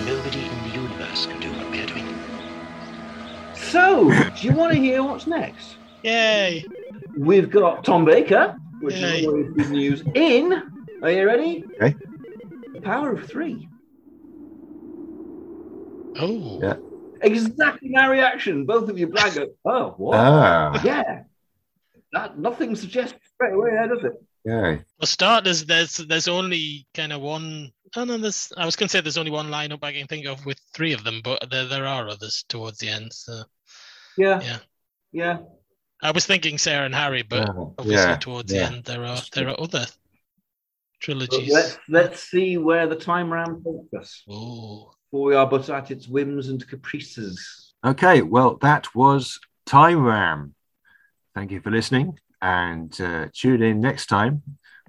Speaker 8: Nobody in the universe can do what we're doing.
Speaker 1: So, do you want to hear what's next?
Speaker 3: Yay.
Speaker 1: We've got Tom Baker, which
Speaker 3: Yay.
Speaker 1: is always good news. In, are you ready?
Speaker 2: Okay.
Speaker 1: The Power of three.
Speaker 3: Oh.
Speaker 2: Yeah.
Speaker 1: Exactly my reaction. Both of you blank. go, Oh, what?
Speaker 2: Ah,
Speaker 1: yeah. That nothing suggests straight away, there, does it?
Speaker 2: yeah.
Speaker 3: For starters, there's there's only kind of one. Oh no, there's. I was going to say there's only one lineup I can think of with three of them, but there there are others towards the end. So
Speaker 1: Yeah.
Speaker 3: Yeah.
Speaker 1: Yeah.
Speaker 3: I was thinking Sarah and Harry, but obviously
Speaker 2: Yeah.
Speaker 3: towards
Speaker 2: yeah.
Speaker 3: the end there are there are other
Speaker 1: But
Speaker 3: trilogies.
Speaker 1: let's let's see where the time round takes us.
Speaker 3: Oh,
Speaker 1: for we are but at its whims and caprices.
Speaker 2: Okay, well, that was Time Ram. Thank you for listening and uh, tune in next time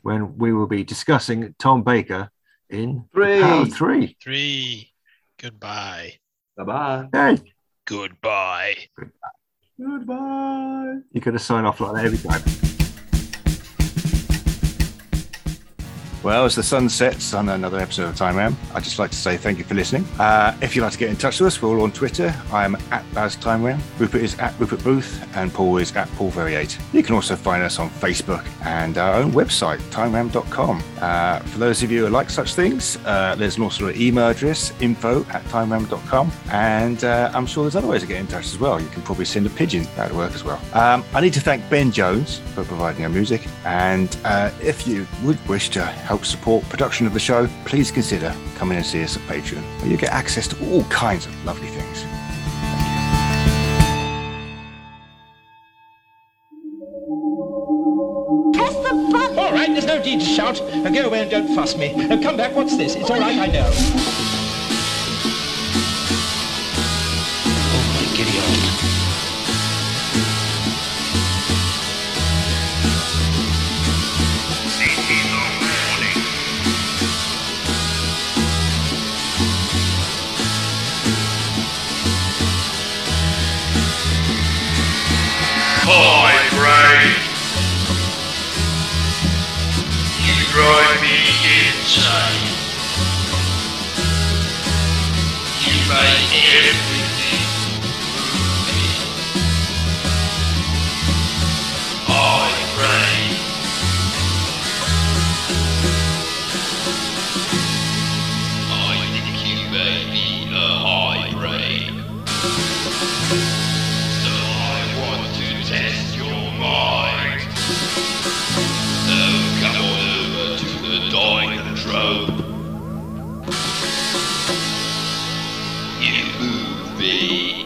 Speaker 2: when we will be discussing Tom Baker in The
Speaker 1: Three.
Speaker 2: Power of Three.
Speaker 3: three. Goodbye.
Speaker 1: Bye bye.
Speaker 2: Hey,
Speaker 3: Goodbye.
Speaker 1: Goodbye.
Speaker 2: you could have signed off like that every time. Well, as the sun sets on another episode of Time Ram, I'd just like to say thank you for listening. Uh, if you'd like to get in touch with us, we're all on Twitter. I'm at Baz Time Ram, Rupert is at Rupert Booth, and Paul is at Paul Variate. You can also find us on Facebook and our own website, timeram.com. Uh, for those of you who like such things, uh, there's an also an email address, info at timeram.com. And uh, I'm sure there's other ways to get in touch as well. You can probably send a pigeon. That'd work as well. Um, I need to thank Ben Jones for providing our music. And uh, if you would wish to help support production of the show, please consider coming and see us at Patreon, where you get access to all kinds of lovely things.
Speaker 9: All right, there's no need to shout. Now go away and don't fuss me. Now come back, what's this? It's all right, I know.
Speaker 8: Oh my giddy old.
Speaker 10: Hi, Ray. You drive me insane. You make everything moving. Hi, Ray. I think you may be a high brain. So I want to test your mind. So come on over to the Dynatrope. You move me